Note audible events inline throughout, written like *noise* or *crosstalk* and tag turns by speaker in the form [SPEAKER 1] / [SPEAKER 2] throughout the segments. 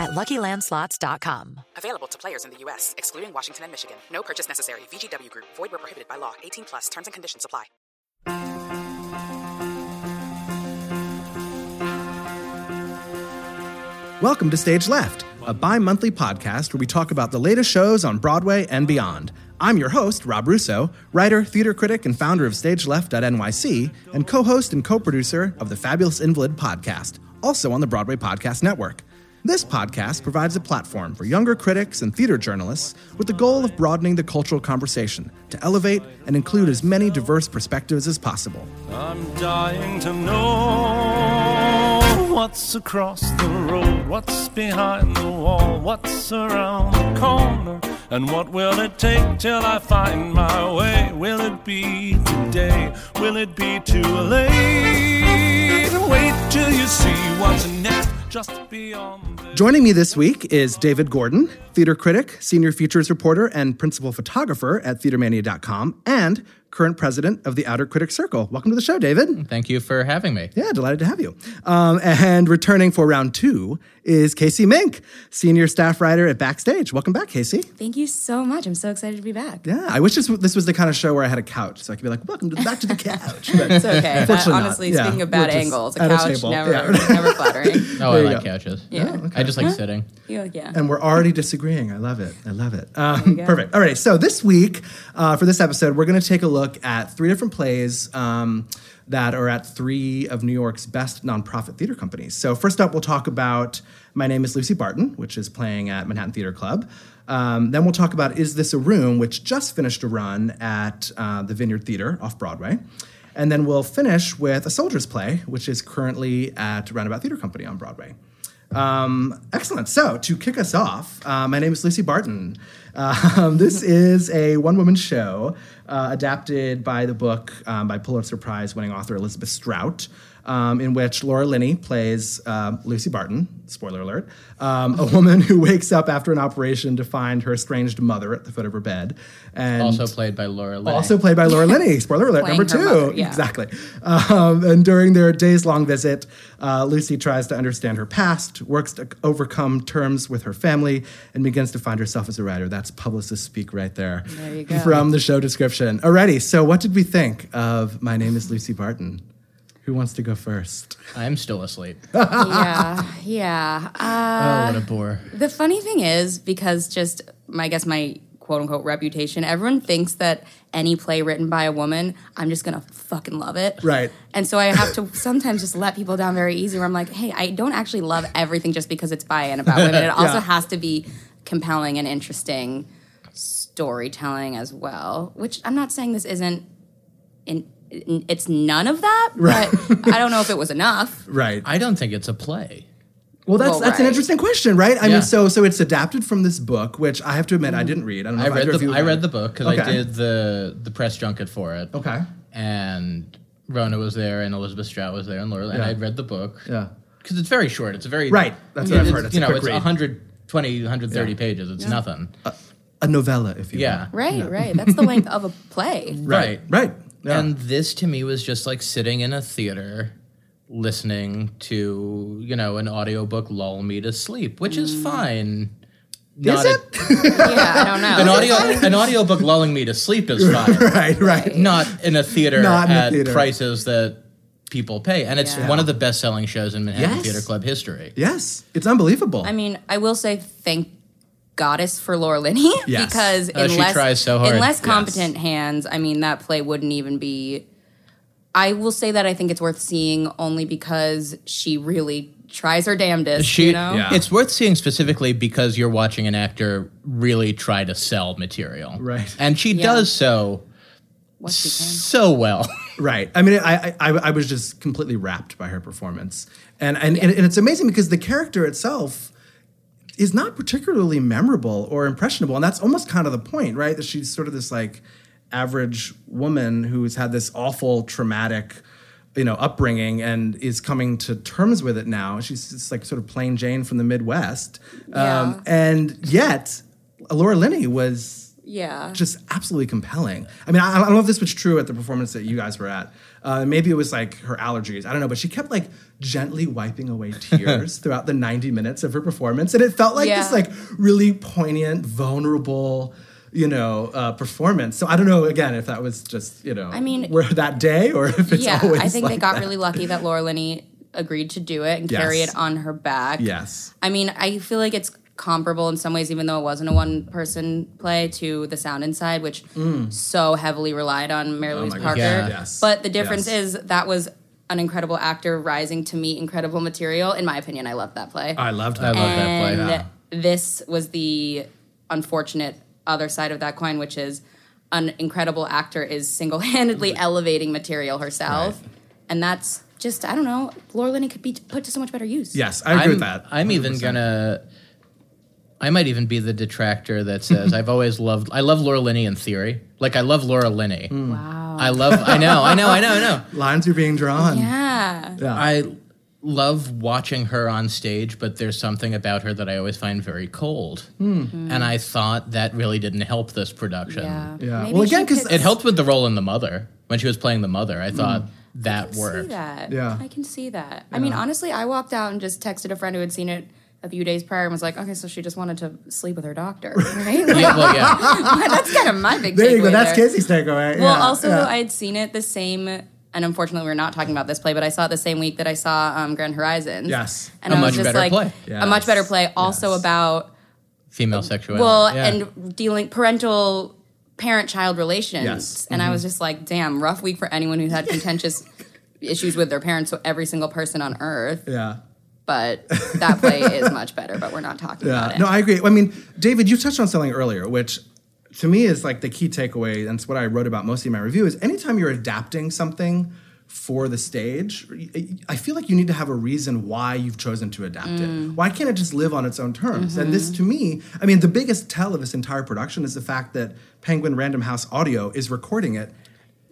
[SPEAKER 1] at luckylandslots.com.
[SPEAKER 2] Available to players in the U.S., excluding Washington and Michigan. No purchase necessary. VGW Group, void where prohibited by law. 18 plus terms and conditions apply.
[SPEAKER 3] Welcome to Stage Left, a bi monthly podcast where we talk about the latest shows on Broadway and beyond. I'm your host, Rob Russo, writer, theater critic, and founder of StageLeft.nyc, and co host and co producer of the Fabulous Invalid podcast, also on the Broadway Podcast Network. This podcast provides a platform for younger critics and theater journalists with the goal of broadening the cultural conversation to elevate and include as many diverse perspectives as possible.
[SPEAKER 4] I'm dying to know what's across the road, what's behind the wall, what's around the corner, and what will it take till I find my way? Will it be today? Will it be too late? Wait till you see what's next, just beyond the
[SPEAKER 3] Joining me this week is David Gordon, theater critic, senior features reporter, and principal photographer at theatermania.com, and current president of the Outer Critic Circle. Welcome to the show, David.
[SPEAKER 5] Thank you for having me.
[SPEAKER 3] Yeah, delighted to have you. Um, and returning for round two is Casey Mink, senior staff writer at Backstage. Welcome back, Casey.
[SPEAKER 6] Thank you so much. I'm so excited to be back.
[SPEAKER 3] Yeah, I wish this, this was the kind of show where I had a couch, so I could be like, "Welcome to back
[SPEAKER 6] *laughs*
[SPEAKER 3] to the couch."
[SPEAKER 6] It's *laughs* okay. That,
[SPEAKER 3] Unfortunately not.
[SPEAKER 6] honestly,
[SPEAKER 3] Yeah,
[SPEAKER 6] speaking of
[SPEAKER 3] we're
[SPEAKER 6] bad
[SPEAKER 3] just
[SPEAKER 6] angles, a
[SPEAKER 3] at a
[SPEAKER 6] couch
[SPEAKER 3] table.
[SPEAKER 6] never,
[SPEAKER 3] Yeah.
[SPEAKER 6] never flattering. *laughs*
[SPEAKER 3] There
[SPEAKER 5] Oh, I
[SPEAKER 3] you
[SPEAKER 5] like
[SPEAKER 3] go.
[SPEAKER 5] couches.
[SPEAKER 6] Yeah. Oh,
[SPEAKER 5] I just like sitting.
[SPEAKER 6] You're like, yeah.
[SPEAKER 3] and we're already disagreeing. I love it. I love it. Um, perfect. All right. So this week, uh, for this episode, we're going to take a look at three different plays um, that are at three of New York's best nonprofit theater companies. So first up, we'll talk about My Name Is Lucy Barton, which is playing at Manhattan Theater Club. Um, then we'll talk about Is This a Room, which just finished a run at uh, the Vineyard Theater off Broadway. And then we'll finish with A Soldier's Play, which is currently at Roundabout Theater Company on Broadway. Um, excellent. So, to kick us off, uh, my name is Lucy Barton. Um, this is a one woman show uh, adapted by the book um, by Pulitzer Prize winning author Elizabeth Strout, um, in which Laura Linney plays uh, Lucy Barton, spoiler alert, um, a woman who wakes up after an operation to find her estranged mother at the foot of her bed. And
[SPEAKER 5] Also played by Laura Linney.
[SPEAKER 3] also played by Laura Linney. Spoiler alert,
[SPEAKER 6] Playing
[SPEAKER 3] number
[SPEAKER 6] her
[SPEAKER 3] two.
[SPEAKER 6] mother, yeah.
[SPEAKER 3] Exactly. Um, and during their days long visit, uh, Lucy tries to understand her past, works to overcome terms with her family, and begins to find herself as a writer. That's publicist speak right there. There you go. From the show description. Alrighty, so what did we think of My Name is Lucy Barton? Who wants to go first?
[SPEAKER 5] I'm still asleep.
[SPEAKER 3] Ah.
[SPEAKER 6] yeah. Yeah. Uh,
[SPEAKER 5] oh, what a bore.
[SPEAKER 6] the funny thing is, because just, my, I guess, my quote unquote reputation, everyone thinks that any play written by a woman, I'm just going to fucking love it.
[SPEAKER 3] Right.
[SPEAKER 6] And so I have to *laughs* sometimes just let people down very easy where I'm like, hey, I don't actually love everything just because it's by and
[SPEAKER 3] *laughs*
[SPEAKER 6] about women. It also
[SPEAKER 3] Yeah.
[SPEAKER 6] has to be compelling and interesting storytelling as well, which I'm not saying this isn't in, in- it's none of that, but I don't know if it
[SPEAKER 3] *laughs*
[SPEAKER 6] was enough.
[SPEAKER 3] Right.
[SPEAKER 5] I don't think it's a play.
[SPEAKER 3] Well, that's
[SPEAKER 6] Well,
[SPEAKER 3] that's an
[SPEAKER 6] right.
[SPEAKER 3] interesting question, right? I
[SPEAKER 5] Yeah. Mm.
[SPEAKER 3] mean, so so it's adapted from this book, which I have to admit I didn't read. I don't know
[SPEAKER 5] I
[SPEAKER 3] if
[SPEAKER 5] read
[SPEAKER 3] either of
[SPEAKER 5] the
[SPEAKER 3] you
[SPEAKER 5] I read the book because I
[SPEAKER 3] Okay.
[SPEAKER 5] did the the press junket for it.
[SPEAKER 3] Okay.
[SPEAKER 5] And Rona was there, and Elizabeth Strout was there, and Laura. And I had read the book.
[SPEAKER 3] Yeah.
[SPEAKER 5] Because it's very short. It's a very
[SPEAKER 3] Right. That's what I've
[SPEAKER 5] it's-
[SPEAKER 3] heard. It's
[SPEAKER 5] you
[SPEAKER 3] a
[SPEAKER 5] know,
[SPEAKER 3] quick
[SPEAKER 5] it's
[SPEAKER 3] read.
[SPEAKER 5] 120, 130 pages. It's nothing.
[SPEAKER 3] Uh, A novella, if you
[SPEAKER 5] yeah.
[SPEAKER 6] Right, right. That's the length of a play.
[SPEAKER 3] will. Right. Right. Yeah.
[SPEAKER 5] And this to me was just like sitting in a theater listening to, you know, an audiobook lull me to sleep, which is fine. Not
[SPEAKER 3] Mm. it?
[SPEAKER 5] a-
[SPEAKER 6] Yeah, I don't know.
[SPEAKER 5] an audio an audiobook lulling me to sleep is fine.
[SPEAKER 3] *laughs* *laughs* right, right.
[SPEAKER 5] Not in a theater
[SPEAKER 3] Not in a
[SPEAKER 5] at
[SPEAKER 3] theater.
[SPEAKER 5] prices that people pay. And it's one of the best selling shows in Manhattan
[SPEAKER 3] Yes.
[SPEAKER 5] Theater Club history.
[SPEAKER 3] Yes, it's unbelievable.
[SPEAKER 6] I mean, I will say thank goddess for Laura Linney
[SPEAKER 3] *laughs* Yes.
[SPEAKER 6] because
[SPEAKER 5] Oh, she
[SPEAKER 6] unless
[SPEAKER 5] tries so hard.
[SPEAKER 6] unless
[SPEAKER 5] Yes.
[SPEAKER 6] competent hands, I mean that play wouldn't even be. I will say that I think it's worth seeing only because she really tries her damnedest.
[SPEAKER 5] She,
[SPEAKER 6] you know,
[SPEAKER 3] Yeah.
[SPEAKER 5] it's worth seeing specifically because you're watching an actor really try to sell material,
[SPEAKER 3] Right.
[SPEAKER 5] And she does so
[SPEAKER 6] what she can.
[SPEAKER 5] so well. *laughs*
[SPEAKER 3] Right. I mean, I, I I I was just completely wrapped by her performance, and and, and and it's amazing because the character itself is not particularly memorable or impressionable, and that's almost kind of the point, right? That she's sort of this like average woman who's had this awful traumatic. You know, upbringing and is coming to terms with it now. She's just like sort of plain Jane from the Midwest, um, and yet Laura Linney was
[SPEAKER 6] Yeah.
[SPEAKER 3] just absolutely compelling. I mean, I, I don't know if this was true at the performance that you guys were at. Uh, maybe it was like her allergies. I don't know, but she kept like gently wiping *laughs* away tears throughout the 90 minutes of her performance, and it felt like this
[SPEAKER 6] Yeah.
[SPEAKER 3] like really poignant, vulnerable. You know, uh, performance. So I don't know again if that was just you know, I
[SPEAKER 6] mean-
[SPEAKER 3] were that day or if it's
[SPEAKER 6] yeah,
[SPEAKER 3] always
[SPEAKER 6] I think they
[SPEAKER 3] like
[SPEAKER 6] got
[SPEAKER 3] that.
[SPEAKER 6] really lucky that Laura Linney agreed to do it and
[SPEAKER 3] Yes.
[SPEAKER 6] carry it on her back.
[SPEAKER 3] yes,
[SPEAKER 6] I mean, I feel like it's comparable in some ways, even though it wasn't a one person play to The Sound Inside, which so heavily relied on Mary Louise
[SPEAKER 3] Mm. Oh my God.
[SPEAKER 6] Parker.
[SPEAKER 5] Yeah.
[SPEAKER 3] Yes.
[SPEAKER 6] But the difference
[SPEAKER 3] Yes.
[SPEAKER 6] is that was an incredible actor rising to meet incredible material. In my opinion, I loved that play.
[SPEAKER 3] I loved that.
[SPEAKER 5] love that play.
[SPEAKER 6] and this was the unfortunate other side of that coin, which is an incredible actor is single handedly elevating material herself. And that's just, I don't know, Laura Linney could be put to so much better use.
[SPEAKER 3] Yes, I agree
[SPEAKER 5] I'm,
[SPEAKER 3] with that.
[SPEAKER 5] I'm even gonna. I might even be the detractor that
[SPEAKER 3] *laughs*
[SPEAKER 5] says I've always loved. I love Laura Linney in theory. Like I love Laura Linney.
[SPEAKER 6] Hmm. Wow.
[SPEAKER 5] I love. I know. I know. I know. I know.
[SPEAKER 3] *laughs* Lines are being drawn.
[SPEAKER 6] yeah.
[SPEAKER 5] I love watching her on stage, but there's something about her that I always find very cold.
[SPEAKER 3] Hmm.
[SPEAKER 5] And I thought that really didn't help this production.
[SPEAKER 6] Yeah.
[SPEAKER 3] Yeah.
[SPEAKER 6] Maybe
[SPEAKER 3] Well,
[SPEAKER 6] she
[SPEAKER 3] again, 'cause
[SPEAKER 6] could
[SPEAKER 5] It helped with the role in the mother when she was playing the mother. I thought
[SPEAKER 3] Hmm.
[SPEAKER 5] that
[SPEAKER 6] See
[SPEAKER 5] worked.
[SPEAKER 6] that.
[SPEAKER 3] Yeah.
[SPEAKER 6] I can see that. I mean, honestly, I walked out and just texted a friend who had seen it a few days prior and was like, okay, so she just wanted to sleep with her
[SPEAKER 3] *laughs*
[SPEAKER 6] doctor, right? Like,
[SPEAKER 5] Yeah, well,
[SPEAKER 6] *laughs*
[SPEAKER 5] yeah.
[SPEAKER 6] that's kind of my big
[SPEAKER 3] There you go.
[SPEAKER 6] takeaway
[SPEAKER 3] That's
[SPEAKER 6] there.
[SPEAKER 3] Casey's takeaway.
[SPEAKER 6] Well,
[SPEAKER 3] Yeah,
[SPEAKER 6] also,
[SPEAKER 3] yeah.
[SPEAKER 6] I had seen it the same, and unfortunately, we were not talking about this play, but I saw it the same week that I saw um, Grand Horizons.
[SPEAKER 3] Yes.
[SPEAKER 6] and
[SPEAKER 5] A
[SPEAKER 6] I was
[SPEAKER 5] much
[SPEAKER 6] just
[SPEAKER 5] better
[SPEAKER 6] like,
[SPEAKER 5] play.
[SPEAKER 6] a much better play. Also
[SPEAKER 3] Yes.
[SPEAKER 6] about
[SPEAKER 5] Female sexuality.
[SPEAKER 6] well,
[SPEAKER 5] Oh, Yeah.
[SPEAKER 6] and dealing parental parent-child relations.
[SPEAKER 3] Yes.
[SPEAKER 6] And I was just like, damn, rough week for anyone who's had contentious issues with their parents. So every single person on earth,
[SPEAKER 3] yeah.
[SPEAKER 6] but that play is much better. But we're not talking about it.
[SPEAKER 3] No, I agree. I mean, David, you touched on something earlier, which to me is like the key takeaway, and it's what I wrote about mostly in my review, is anytime you're adapting something for the stage, I feel like you need to have a reason why you've chosen to adapt it.
[SPEAKER 6] Mm.
[SPEAKER 3] Why can't it just live on its own terms? And
[SPEAKER 6] Mm-hmm.
[SPEAKER 3] this to me, I mean, the biggest tell of this entire production is the fact that Penguin Random House Audio is recording it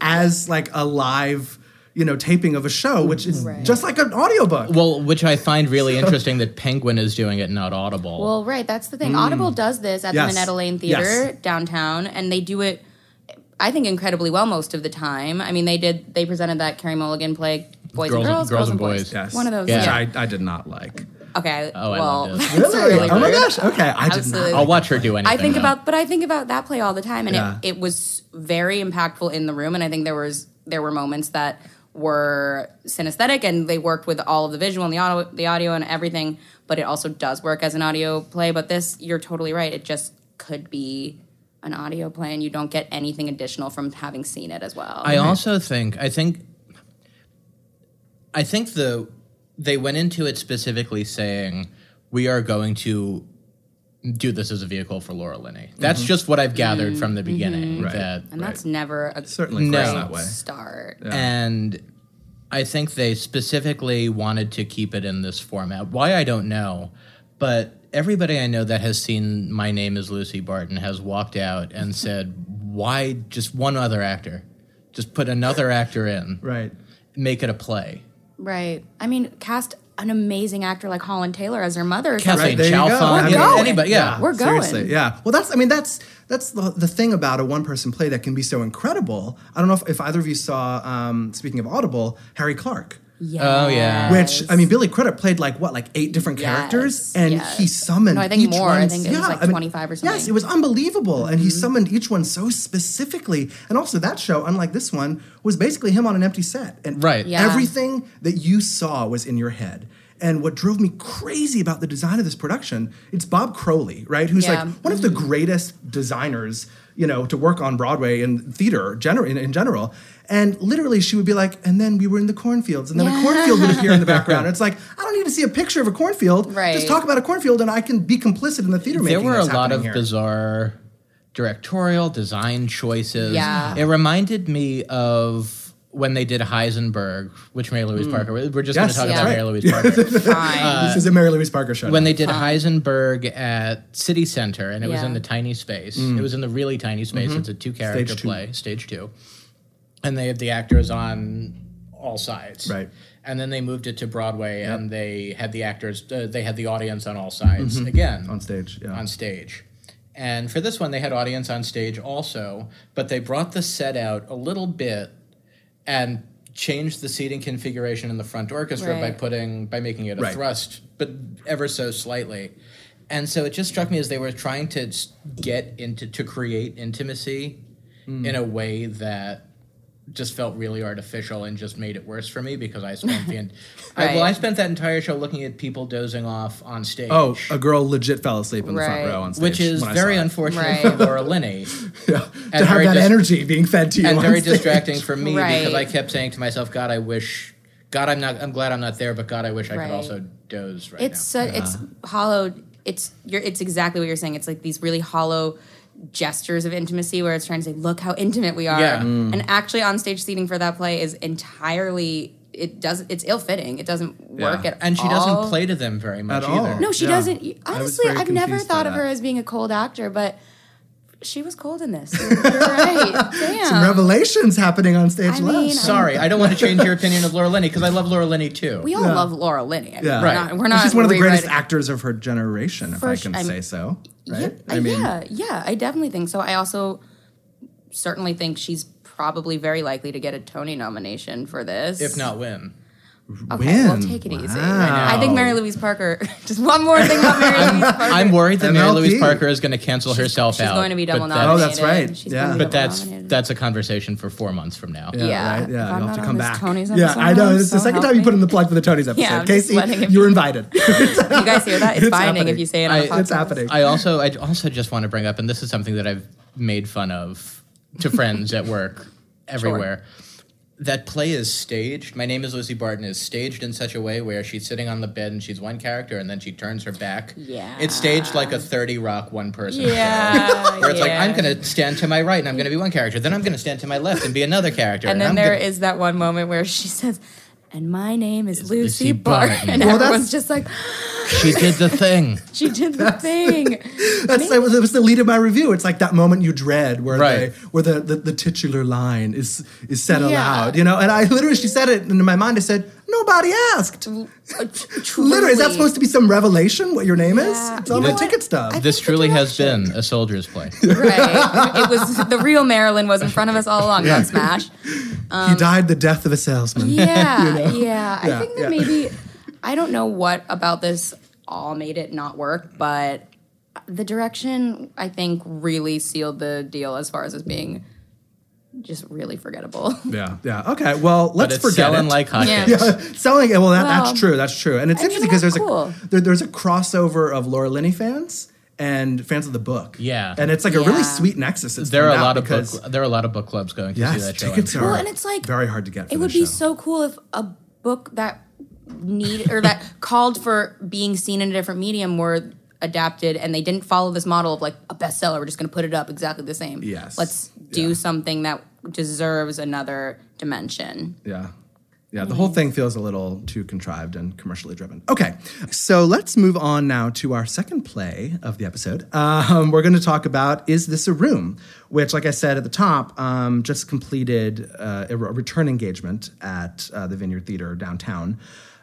[SPEAKER 3] as like a live, you know, taping of a show, which
[SPEAKER 6] Mm-hmm.
[SPEAKER 3] is just like an audiobook.
[SPEAKER 5] well, which I find
[SPEAKER 3] *laughs*
[SPEAKER 5] really interesting that Penguin is doing it, not Audible.
[SPEAKER 6] Well, right. That's the thing. Audible does this at
[SPEAKER 3] Yes.
[SPEAKER 6] the Minetta Lane Theater
[SPEAKER 3] Yes.
[SPEAKER 6] downtown, and they do it. I think incredibly well most of the time. I mean, they did. They presented that Carrie Mulligan play, Boys
[SPEAKER 5] Girls-
[SPEAKER 6] and
[SPEAKER 5] Girls
[SPEAKER 6] Girls,
[SPEAKER 5] and
[SPEAKER 6] Girls and Boys.
[SPEAKER 5] Boys. Yes.
[SPEAKER 6] One of those.
[SPEAKER 5] Yeah.
[SPEAKER 6] Yeah.
[SPEAKER 3] Which I, I did not like.
[SPEAKER 6] Okay.
[SPEAKER 5] Oh, I
[SPEAKER 6] well,
[SPEAKER 5] loved it.
[SPEAKER 6] *laughs* that's a really
[SPEAKER 3] Oh my
[SPEAKER 6] weird-
[SPEAKER 3] gosh. Okay. I did not.
[SPEAKER 6] Absolutely.
[SPEAKER 5] I'll watch her do anything.
[SPEAKER 6] I think
[SPEAKER 5] though.
[SPEAKER 6] about, but I think about that play all the time, and
[SPEAKER 3] Yeah.
[SPEAKER 6] it, it was very impactful in the room. And I think there was there were moments that were synesthetic, and they worked with all of the visual and the audio, the audio and everything. But it also does work as an audio play. But this, you're totally right. It just could be an audio play, and you don't get anything additional from having seen it as well.
[SPEAKER 5] I also think I think I think the they went into it specifically saying we are going to do this as a vehicle for Laura Linney. That's
[SPEAKER 6] Mm-hmm.
[SPEAKER 5] just what I've gathered from the beginning. That
[SPEAKER 6] and that's never a
[SPEAKER 3] certainly
[SPEAKER 5] No.
[SPEAKER 3] feels that way.
[SPEAKER 6] start.
[SPEAKER 5] and I think they specifically wanted to keep it in this format. Why I don't know, but everybody I know that has seen My Name is Lucy Barton has walked out
[SPEAKER 3] *laughs*
[SPEAKER 5] and said, "Why just one other actor? Just put another actor in."
[SPEAKER 3] Right.
[SPEAKER 5] make it a play.
[SPEAKER 6] Right. I mean, cast an amazing actor like Holland Taylor as her mother. or
[SPEAKER 5] Kathleen
[SPEAKER 6] something.
[SPEAKER 3] there you go.
[SPEAKER 5] Chalfont,
[SPEAKER 3] We're
[SPEAKER 5] you know,
[SPEAKER 3] going.
[SPEAKER 5] anybody, yeah.
[SPEAKER 6] We're going.
[SPEAKER 3] Seriously, yeah. Well, that's. I mean, that's that's the, the thing about a one person play that can be so incredible. I don't know if, if either of you saw. Um, speaking of Audible, Harry Clark,
[SPEAKER 5] Oh yeah.
[SPEAKER 3] which I mean, Billy Crudup played like what, like eight different characters,
[SPEAKER 6] Yes,
[SPEAKER 3] and
[SPEAKER 6] yes.
[SPEAKER 3] he summoned.
[SPEAKER 6] No, I think
[SPEAKER 3] each
[SPEAKER 6] more. I
[SPEAKER 3] one's-
[SPEAKER 6] think it was,
[SPEAKER 3] yeah,
[SPEAKER 6] like, 25 or
[SPEAKER 3] Yes,
[SPEAKER 6] something. Mm-hmm.
[SPEAKER 3] it was unbelievable, and he summoned each one so specifically. And also, that show, unlike this one, was basically him on an empty set, and
[SPEAKER 5] Right.
[SPEAKER 6] Yeah.
[SPEAKER 3] everything that you saw was in your head. And what drove me crazy about the design of this production, it's Bob Crowley, right? Who's
[SPEAKER 6] Yeah. Mm-hmm.
[SPEAKER 3] like one of the greatest designers, you know, to work on Broadway and theater gener- in, in general. And literally, she would be like, and then we were in the cornfields, and then a cornfield would appear in the
[SPEAKER 6] *laughs*
[SPEAKER 3] background. It's like, I don't need to see a picture of a cornfield.
[SPEAKER 6] Right.
[SPEAKER 3] Just talk about a cornfield, and I can be complicit in the theater making.
[SPEAKER 5] there were a
[SPEAKER 3] that's
[SPEAKER 5] lot
[SPEAKER 3] happening
[SPEAKER 5] of
[SPEAKER 3] here.
[SPEAKER 5] bizarre directorial design choices.
[SPEAKER 6] Yeah.
[SPEAKER 5] It reminded me of when they did Heisenberg, which Mary Louise Parker, we're just
[SPEAKER 3] Mm. Yes,
[SPEAKER 5] going to
[SPEAKER 6] yeah.
[SPEAKER 5] talk about
[SPEAKER 6] Right.
[SPEAKER 5] Mary
[SPEAKER 3] *laughs*
[SPEAKER 5] Louise Parker.
[SPEAKER 6] Fine.
[SPEAKER 3] this is a Mary Louise Parker show.
[SPEAKER 5] when
[SPEAKER 3] now.
[SPEAKER 5] they did Heisenberg at City Center, and it was
[SPEAKER 6] Yeah.
[SPEAKER 5] in the tiny space. It was in the really tiny space. It's a two-character
[SPEAKER 3] Mm. Mm-hmm. Stage two.
[SPEAKER 5] play, stage two, and they had the actors on all sides.
[SPEAKER 3] Right.
[SPEAKER 5] And then they moved it to Broadway, and they had the actors. Uh, they had the audience on all sides again
[SPEAKER 3] Mm-hmm. on stage, yeah.
[SPEAKER 5] on stage. And for this one, they had audience on stage also, but they brought the set out a little bit and changed the seating configuration in the front orchestra by
[SPEAKER 6] Right.
[SPEAKER 5] putting by making it a
[SPEAKER 3] Right.
[SPEAKER 5] thrust, but ever so slightly. And so it just struck me as they were trying to s- get into to create intimacy
[SPEAKER 3] Hmm.
[SPEAKER 5] in a way that just felt really artificial and just made it worse for me because I spent
[SPEAKER 6] *laughs*
[SPEAKER 5] the en- I, well
[SPEAKER 6] Right.
[SPEAKER 5] I spent that entire show looking at people dozing off on stage
[SPEAKER 3] Oh, a girl legit fell asleep in the front
[SPEAKER 6] Right.
[SPEAKER 3] row on stage.
[SPEAKER 5] which is
[SPEAKER 3] when I
[SPEAKER 5] very
[SPEAKER 3] saw it.
[SPEAKER 5] unfortunate for
[SPEAKER 6] Right.
[SPEAKER 5] Laura
[SPEAKER 6] *laughs*
[SPEAKER 5] Linney
[SPEAKER 3] to have
[SPEAKER 5] very
[SPEAKER 3] that
[SPEAKER 5] dis-
[SPEAKER 3] energy being fed to you
[SPEAKER 5] and
[SPEAKER 3] on
[SPEAKER 5] very
[SPEAKER 3] stage.
[SPEAKER 5] distracting for me
[SPEAKER 6] Right.
[SPEAKER 5] because I kept saying to myself, God, I wish, God, I'm not, I'm glad I'm not there, but God, I wish I
[SPEAKER 6] Right.
[SPEAKER 5] could also doze right
[SPEAKER 6] It's
[SPEAKER 5] now.
[SPEAKER 3] Uh-huh.
[SPEAKER 6] so it's hollow. It's you're, it's exactly what you're saying. It's like these really hollow gestures of intimacy where it's trying to say, "Look how intimate we are."
[SPEAKER 5] Yeah.
[SPEAKER 3] Mm.
[SPEAKER 6] And actually, on stage seating for that play is entirely it does it's ill fitting. It doesn't work at
[SPEAKER 5] And she
[SPEAKER 6] all.
[SPEAKER 5] doesn't play to them very much
[SPEAKER 3] At all.
[SPEAKER 5] either.
[SPEAKER 6] No, she
[SPEAKER 3] Yeah.
[SPEAKER 6] doesn't.
[SPEAKER 3] I was
[SPEAKER 6] Honestly,
[SPEAKER 3] very
[SPEAKER 6] I've never
[SPEAKER 3] confused by
[SPEAKER 6] thought of
[SPEAKER 3] that.
[SPEAKER 6] her as being a cold actor, but she was cold in this. *laughs* You're right. Damn.
[SPEAKER 3] Some revelations happening on stage.
[SPEAKER 6] I
[SPEAKER 3] live.
[SPEAKER 6] mean,
[SPEAKER 5] Sorry, I don't want to change your opinion of Laura Linney because I love Laura Linney too.
[SPEAKER 6] we all love Laura Linney. I mean,
[SPEAKER 3] Yeah.
[SPEAKER 6] we're
[SPEAKER 3] Right.
[SPEAKER 6] not, we're not
[SPEAKER 3] she's one of the greatest
[SPEAKER 6] rewriting-
[SPEAKER 3] actors of her generation, if I
[SPEAKER 6] First,
[SPEAKER 3] can
[SPEAKER 6] I'm-
[SPEAKER 3] say so. Right?
[SPEAKER 6] Yeah, Uh, yeah, yeah, I definitely think so. I also certainly think she's probably very likely to get a Tony nomination for this.
[SPEAKER 5] if not win.
[SPEAKER 6] okay, well,
[SPEAKER 3] Win.
[SPEAKER 6] take it easy.
[SPEAKER 3] Wow.
[SPEAKER 6] I think Mary Louise Parker. *laughs* Just one more thing about Mary
[SPEAKER 5] *laughs*
[SPEAKER 6] Louise Parker.
[SPEAKER 5] I'm worried that Mary
[SPEAKER 3] MLP.
[SPEAKER 5] Louise Parker is going to cancel herself
[SPEAKER 6] She's
[SPEAKER 5] out.
[SPEAKER 6] going to be
[SPEAKER 5] but
[SPEAKER 6] double
[SPEAKER 5] that's-
[SPEAKER 6] nominated.
[SPEAKER 3] Oh, that's right.
[SPEAKER 6] She's
[SPEAKER 3] Yeah.
[SPEAKER 6] going to be
[SPEAKER 5] But
[SPEAKER 6] double
[SPEAKER 5] that's
[SPEAKER 6] nominated.
[SPEAKER 5] that's a conversation for four months from now.
[SPEAKER 6] yeah.
[SPEAKER 3] right? yeah.
[SPEAKER 6] If I'm
[SPEAKER 3] You'll have
[SPEAKER 6] not
[SPEAKER 3] to
[SPEAKER 6] on
[SPEAKER 3] come
[SPEAKER 6] this
[SPEAKER 3] back.
[SPEAKER 6] Tony's
[SPEAKER 3] yeah,
[SPEAKER 6] episode,
[SPEAKER 3] I know. It's the
[SPEAKER 6] so
[SPEAKER 3] second
[SPEAKER 6] help
[SPEAKER 3] time you put
[SPEAKER 6] me.
[SPEAKER 3] in the plug for the Tony's episode.
[SPEAKER 6] I'm just
[SPEAKER 3] Casey,
[SPEAKER 6] letting it be-
[SPEAKER 3] you're
[SPEAKER 6] *laughs*
[SPEAKER 3] invited.
[SPEAKER 6] You guys hear that? It's,
[SPEAKER 3] *laughs* It's
[SPEAKER 6] binding if
[SPEAKER 3] happening.
[SPEAKER 6] you say it on a
[SPEAKER 5] I-
[SPEAKER 6] podcast.
[SPEAKER 3] it's happening.
[SPEAKER 5] I also I also just want to bring up, and this is something that I've made fun of to friends at work everywhere. That play is staged. My name is Lucy Barton is staged in such a way where she's sitting on the bed and she's one character, and then she turns her back.
[SPEAKER 6] Yeah.
[SPEAKER 5] it's staged like a Thirty Rock one person.
[SPEAKER 6] *laughs*
[SPEAKER 5] *laughs*
[SPEAKER 6] Yeah.
[SPEAKER 5] Where it's like
[SPEAKER 6] yeah.
[SPEAKER 5] I'm going to stand to my right and I'm going to be one character, then I'm going to stand to my left and be another character,
[SPEAKER 6] And then
[SPEAKER 5] I'm
[SPEAKER 6] there is
[SPEAKER 5] gonna-
[SPEAKER 6] that one moment where she says, "And my name is Lucy,
[SPEAKER 5] Lucy
[SPEAKER 6] Barton," *laughs*
[SPEAKER 5] Barton.
[SPEAKER 6] and
[SPEAKER 5] Well,
[SPEAKER 6] everyone's just like, *gasps*
[SPEAKER 5] she did the thing.
[SPEAKER 6] "She
[SPEAKER 3] *laughs*
[SPEAKER 6] did the thing."
[SPEAKER 3] That's that was, that was the lead of my review. It's like that moment you dread where
[SPEAKER 5] Right.
[SPEAKER 3] they, where the, the, the titular line is is said
[SPEAKER 6] Yeah.
[SPEAKER 3] aloud, you know. And I literally she said it, and in my mind I said, nobody asked. Literally, is that supposed to be some revelation what your name
[SPEAKER 6] Yeah.
[SPEAKER 3] is? It's on
[SPEAKER 6] You
[SPEAKER 3] my
[SPEAKER 6] know what?
[SPEAKER 3] ticket stub.
[SPEAKER 5] This truly has been a soldier's play.
[SPEAKER 6] Right. It was the real Marilyn was in front of us all along
[SPEAKER 3] *laughs*
[SPEAKER 6] on Smash.
[SPEAKER 5] um,
[SPEAKER 3] he died the death of a salesman.
[SPEAKER 6] Um, Yeah, yeah. I
[SPEAKER 3] Yeah,
[SPEAKER 6] think that
[SPEAKER 3] yeah.
[SPEAKER 6] maybe I don't know what about this all made it not work, but the direction I think really sealed the deal as far as it being just really forgettable.
[SPEAKER 3] Yeah, yeah. Okay, well,
[SPEAKER 5] But
[SPEAKER 3] let's
[SPEAKER 5] it's
[SPEAKER 3] forget
[SPEAKER 5] selling
[SPEAKER 3] it. *laughs*
[SPEAKER 5] like hotcakes.
[SPEAKER 6] *laughs* Yeah.
[SPEAKER 3] selling it. Well, that,
[SPEAKER 6] Well,
[SPEAKER 3] that's true. That's true. And it's
[SPEAKER 6] I mean,
[SPEAKER 3] interesting because
[SPEAKER 6] that's
[SPEAKER 3] there's
[SPEAKER 6] cool.
[SPEAKER 3] a there, there's a crossover of Laura Linney fans and fans of the book.
[SPEAKER 5] Yeah.
[SPEAKER 3] and it's like a
[SPEAKER 6] Yeah.
[SPEAKER 3] really sweet nexus. It's
[SPEAKER 5] There are
[SPEAKER 3] turned
[SPEAKER 5] a
[SPEAKER 3] out
[SPEAKER 5] lot of
[SPEAKER 3] because,
[SPEAKER 5] book, there are a lot of book clubs going to see
[SPEAKER 3] Yes,
[SPEAKER 5] that show. I'm
[SPEAKER 3] tickets
[SPEAKER 5] sure.
[SPEAKER 3] are
[SPEAKER 6] Well, and it's like
[SPEAKER 3] very hard to get. For
[SPEAKER 6] it would
[SPEAKER 3] this
[SPEAKER 6] be
[SPEAKER 3] show.
[SPEAKER 6] so cool if a book that need
[SPEAKER 3] *laughs*
[SPEAKER 6] or that called for being seen in a different medium were adapted and they didn't follow this model of like a bestseller we're just going to put it up exactly the same
[SPEAKER 3] Yes.
[SPEAKER 6] let's do
[SPEAKER 3] Yeah.
[SPEAKER 6] something that deserves another dimension
[SPEAKER 3] Yeah. Yeah, the whole thing feels a little too contrived and commercially driven. Okay, so let's move on now to our second play of the episode. Um, we're going to talk about Is This a Room? Which, like I said at the top, um, just completed uh, a re- a return engagement at uh, the Vineyard Theater downtown.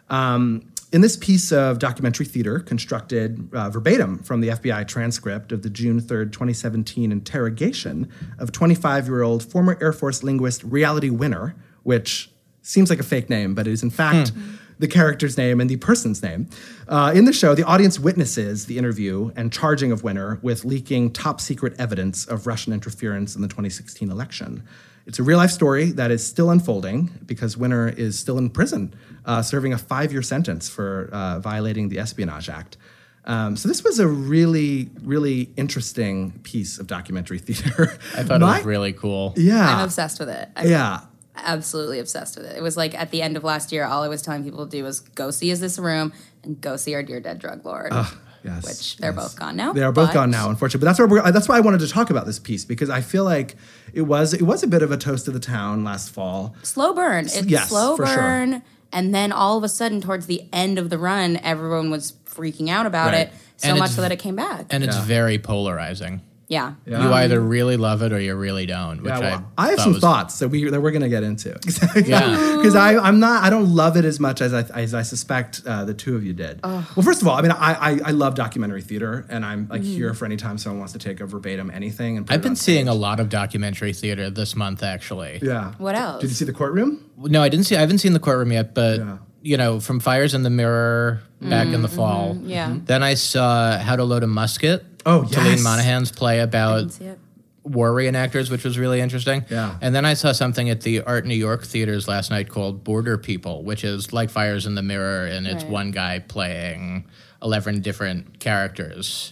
[SPEAKER 3] Um, in this piece of documentary theater, constructed uh, verbatim from the FBI transcript of the June 3rd, 2017 interrogation of 25 year old former Air Force linguist Reality Winner, which seems like a fake name, but it is in fact the character's name and the person's name. Uh, in the show, the audience witnesses the interview and charging of Winner with leaking top secret evidence of Russian interference in the 2016 election. It's a real life story that is still unfolding because Winner is still in prison, uh, serving a five year sentence for uh, violating the Espionage Act. Um, so this was a really, really interesting piece of documentary *laughs* theater.
[SPEAKER 5] I thought it was really cool.
[SPEAKER 3] yeah,
[SPEAKER 6] I'm obsessed with it. I'm
[SPEAKER 3] yeah,
[SPEAKER 6] absolutely obsessed with it. It was like at the end of last year, all I was telling people to do was go see Is This a Room and go see Our Dear Dead Drug Lord.
[SPEAKER 3] Ah. yes,
[SPEAKER 6] which they're both gone now.
[SPEAKER 3] They are both
[SPEAKER 6] but-
[SPEAKER 3] gone now, unfortunately. But that's why we're, uh, that's why I wanted to talk about this piece because I feel like it was it was a bit of a toast of the town last fall.
[SPEAKER 6] slow burn. It's
[SPEAKER 3] yes,
[SPEAKER 6] slow
[SPEAKER 3] for sure.
[SPEAKER 6] burn. And then all of a sudden, towards the end of the run, everyone was freaking out about
[SPEAKER 3] Right.
[SPEAKER 6] it so
[SPEAKER 5] And
[SPEAKER 6] much
[SPEAKER 5] it's-
[SPEAKER 6] so that it came back.
[SPEAKER 5] And it's very polarizing.
[SPEAKER 6] yeah.
[SPEAKER 3] Um,
[SPEAKER 5] You either really love it or you really don't, which
[SPEAKER 3] Yeah, well, I,
[SPEAKER 5] I,
[SPEAKER 3] have
[SPEAKER 5] thought
[SPEAKER 3] some
[SPEAKER 5] was-
[SPEAKER 3] thoughts that we that we're gonna get into *laughs* because
[SPEAKER 5] Yeah.
[SPEAKER 3] I I'm not I don't love it as much as I as I suspect uh, the two of you did. Well, first of all, I mean I, I I love documentary theater and I'm like
[SPEAKER 6] Mm-hmm.
[SPEAKER 3] here for any time someone wants to take a verbatim anything. And put
[SPEAKER 5] I've
[SPEAKER 3] it
[SPEAKER 5] been
[SPEAKER 3] on-
[SPEAKER 5] seeing a lot of documentary theater this month, actually.
[SPEAKER 3] yeah.
[SPEAKER 6] What else?
[SPEAKER 3] Did you see the courtroom?
[SPEAKER 5] No, I didn't see. I haven't seen the courtroom yet, but you know, from Fires in the Mirror back in the fall.
[SPEAKER 6] yeah.
[SPEAKER 3] Mm-hmm.
[SPEAKER 6] Mhm.
[SPEAKER 5] Then I saw How to Load a Musket.
[SPEAKER 3] Oh, yes.
[SPEAKER 5] Talene Monahan's play about
[SPEAKER 6] See it?
[SPEAKER 5] war reenactors, which was really interesting.
[SPEAKER 3] Yeah.
[SPEAKER 5] And then I saw something at the Art New York theaters last night called Border People, which is like Fires in the Mirror, and it's one guy playing eleven different characters,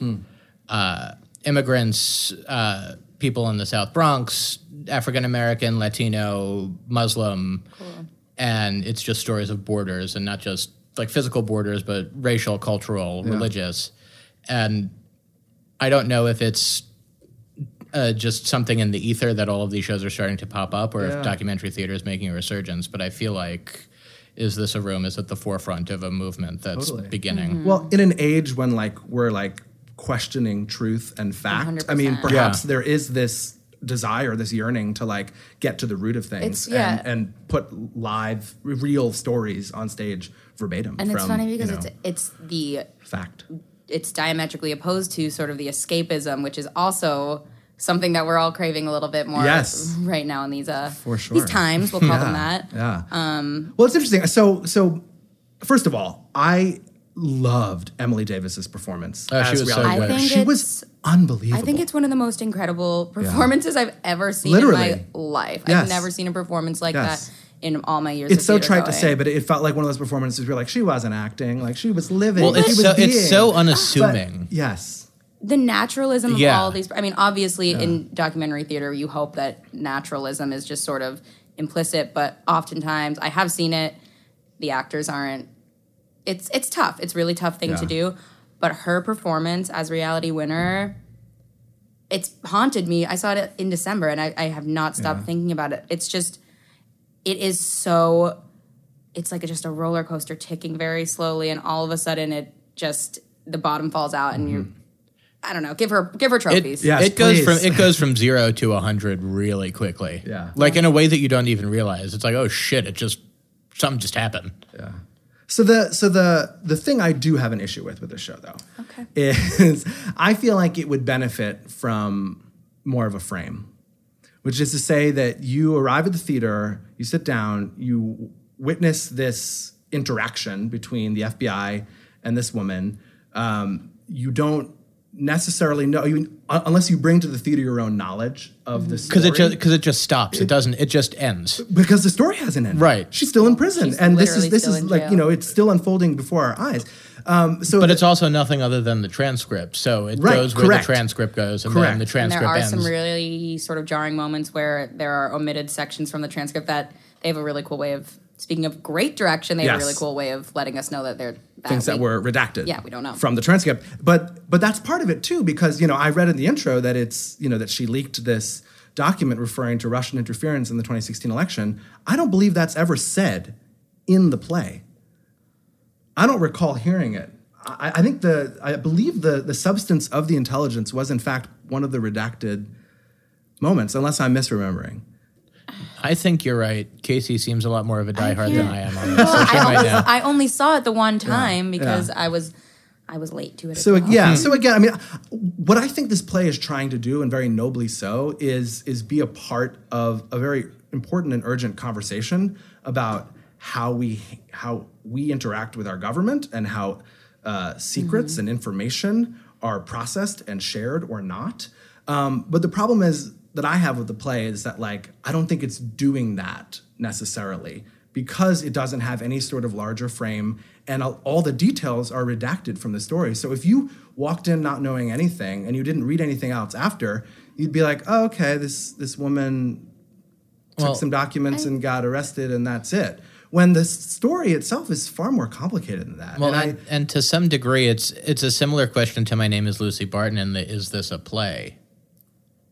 [SPEAKER 5] uh, immigrants, uh, people in the South Bronx, African American, Latino, Muslim, and it's just stories of borders and not just like physical borders, but racial, cultural, religious, and I don't know if it's uh, just something in the ether that all of these shows are starting to pop up, or if documentary theater is making a resurgence. But I feel like is this a room is at the forefront of a movement that's beginning.
[SPEAKER 6] Mm-hmm.
[SPEAKER 3] Well, in an age when like we're like questioning truth and fact, I mean, perhaps there is this desire, this yearning to like get to the root of things
[SPEAKER 6] It's- yeah.
[SPEAKER 3] and, and put live, real stories on stage verbatim.
[SPEAKER 6] And it's
[SPEAKER 3] from,
[SPEAKER 6] funny
[SPEAKER 3] you
[SPEAKER 6] because
[SPEAKER 3] know,
[SPEAKER 6] it's it's the
[SPEAKER 3] fact.
[SPEAKER 6] it's diametrically opposed to sort of the escapism, which is also something that we're all craving a little bit more
[SPEAKER 3] Yes.
[SPEAKER 6] right now in these uh For
[SPEAKER 3] sure.
[SPEAKER 6] these times. We'll call them that.
[SPEAKER 3] Yeah. well, it's interesting. So, so first of all, I loved Emily Davis's performance.
[SPEAKER 5] Oh, she
[SPEAKER 3] as
[SPEAKER 5] was so
[SPEAKER 3] Reality
[SPEAKER 5] good.
[SPEAKER 3] Winner.
[SPEAKER 6] I think
[SPEAKER 3] she was unbelievable.
[SPEAKER 6] I think it's one of the most incredible performances I've ever seen in
[SPEAKER 3] Literally.
[SPEAKER 6] my life.
[SPEAKER 3] Yes.
[SPEAKER 6] I've never seen a performance like
[SPEAKER 3] Yes.
[SPEAKER 6] that in all my years.
[SPEAKER 3] It's
[SPEAKER 6] of
[SPEAKER 3] so
[SPEAKER 6] theater
[SPEAKER 3] trite to
[SPEAKER 6] going.
[SPEAKER 3] say, but it felt like one of those performances where like she wasn't acting, like she was living.
[SPEAKER 5] Well,
[SPEAKER 3] she
[SPEAKER 5] it's
[SPEAKER 3] was
[SPEAKER 5] so
[SPEAKER 3] being.
[SPEAKER 5] it's so
[SPEAKER 3] But-
[SPEAKER 5] unassuming.
[SPEAKER 3] yes.
[SPEAKER 6] the naturalism
[SPEAKER 5] Yeah.
[SPEAKER 6] of all these. I mean, obviously, in documentary theater, you hope that naturalism is just sort of implicit, but oftentimes, I have seen it. The actors aren't. It's it's tough. It's a really tough thing to do. But her performance as reality winner, it's haunted me. I saw it in December, and I, I have not stopped thinking about it. It's just, it is so. It's like just a roller coaster ticking very slowly, and all of a sudden, it just the bottom falls out, and
[SPEAKER 3] Mm-hmm.
[SPEAKER 6] you I don't know. Give her give her trophies.
[SPEAKER 3] Yes,
[SPEAKER 5] it goes
[SPEAKER 3] please.
[SPEAKER 5] from it goes
[SPEAKER 3] *laughs*
[SPEAKER 5] from zero to a hundred really quickly.
[SPEAKER 3] Yeah.
[SPEAKER 5] like in a way that you don't even realize. It's like oh shit! It just something just happened.
[SPEAKER 3] So the so the the thing I do have an issue with with this show though, okay. is *laughs* I feel like it would benefit from more of a frame, which is to say that you arrive at the theater, you sit down, you witness this interaction between the FBI and this woman. Um, you don't necessarily know you un- unless you bring to the theater your own knowledge of the story
[SPEAKER 5] Because it just because it just stops. It, doesn't. It just ends.
[SPEAKER 3] because the story hasn't ended.
[SPEAKER 5] Right.
[SPEAKER 3] She's still in prison,
[SPEAKER 6] She's
[SPEAKER 3] and this
[SPEAKER 6] literally
[SPEAKER 3] is this
[SPEAKER 6] still
[SPEAKER 3] is
[SPEAKER 6] in
[SPEAKER 3] like
[SPEAKER 6] jail.
[SPEAKER 3] you know it's still unfolding before our eyes. Um, so
[SPEAKER 5] But it's also nothing other than the transcript. So it
[SPEAKER 3] Right,
[SPEAKER 5] goes where
[SPEAKER 3] correct.
[SPEAKER 5] the transcript goes, and
[SPEAKER 3] Correct.
[SPEAKER 5] then
[SPEAKER 3] And
[SPEAKER 5] the
[SPEAKER 6] And
[SPEAKER 5] transcript
[SPEAKER 6] there are
[SPEAKER 5] ends.
[SPEAKER 6] some really sort of jarring moments where there are omitted sections from the transcript that they have a really cool way of speaking of great direction, they have
[SPEAKER 3] Yes.
[SPEAKER 6] a really cool way of letting us know that they're that
[SPEAKER 3] things that
[SPEAKER 6] we-
[SPEAKER 3] were redacted.
[SPEAKER 6] Yeah, we don't know.
[SPEAKER 3] from the transcript. But but that's part of it too, because you know I read in the intro that it's you know that she leaked this document referring to Russian interference in the 2016 election. I don't believe that's ever said in the play. I don't recall hearing it. I, I think the I believe the the substance of the intelligence was in fact one of the redacted moments, unless I'm misremembering.
[SPEAKER 5] I think you're right. Casey seems a lot more of a diehard than I
[SPEAKER 6] *laughs*
[SPEAKER 5] am on this.
[SPEAKER 6] Well, I,
[SPEAKER 5] right
[SPEAKER 6] only,
[SPEAKER 5] now.
[SPEAKER 6] I only saw it the one time because I was I was late to it. as
[SPEAKER 3] So
[SPEAKER 6] well.
[SPEAKER 3] yeah. So again, I mean, what I think this play is trying to do, and very nobly so, is is be a part of a very important and urgent conversation about how we how we interact with our government and how uh, secrets and information are processed and shared or not. Um, but the problem is that I have with the play is that like I don't think it's doing that necessarily because it doesn't have any sort of larger frame and all, all the details are redacted from the story. So if you walked in not knowing anything and you didn't read anything else after, you'd be like, oh, okay, this this woman took
[SPEAKER 5] Well,
[SPEAKER 3] some documents and got arrested and that's it. When the s- story itself is far more complicated than that.
[SPEAKER 5] Well,
[SPEAKER 3] and I,
[SPEAKER 5] and, and to some degree, it's it's a similar question to my name is Lucy Barton and the, is this a play?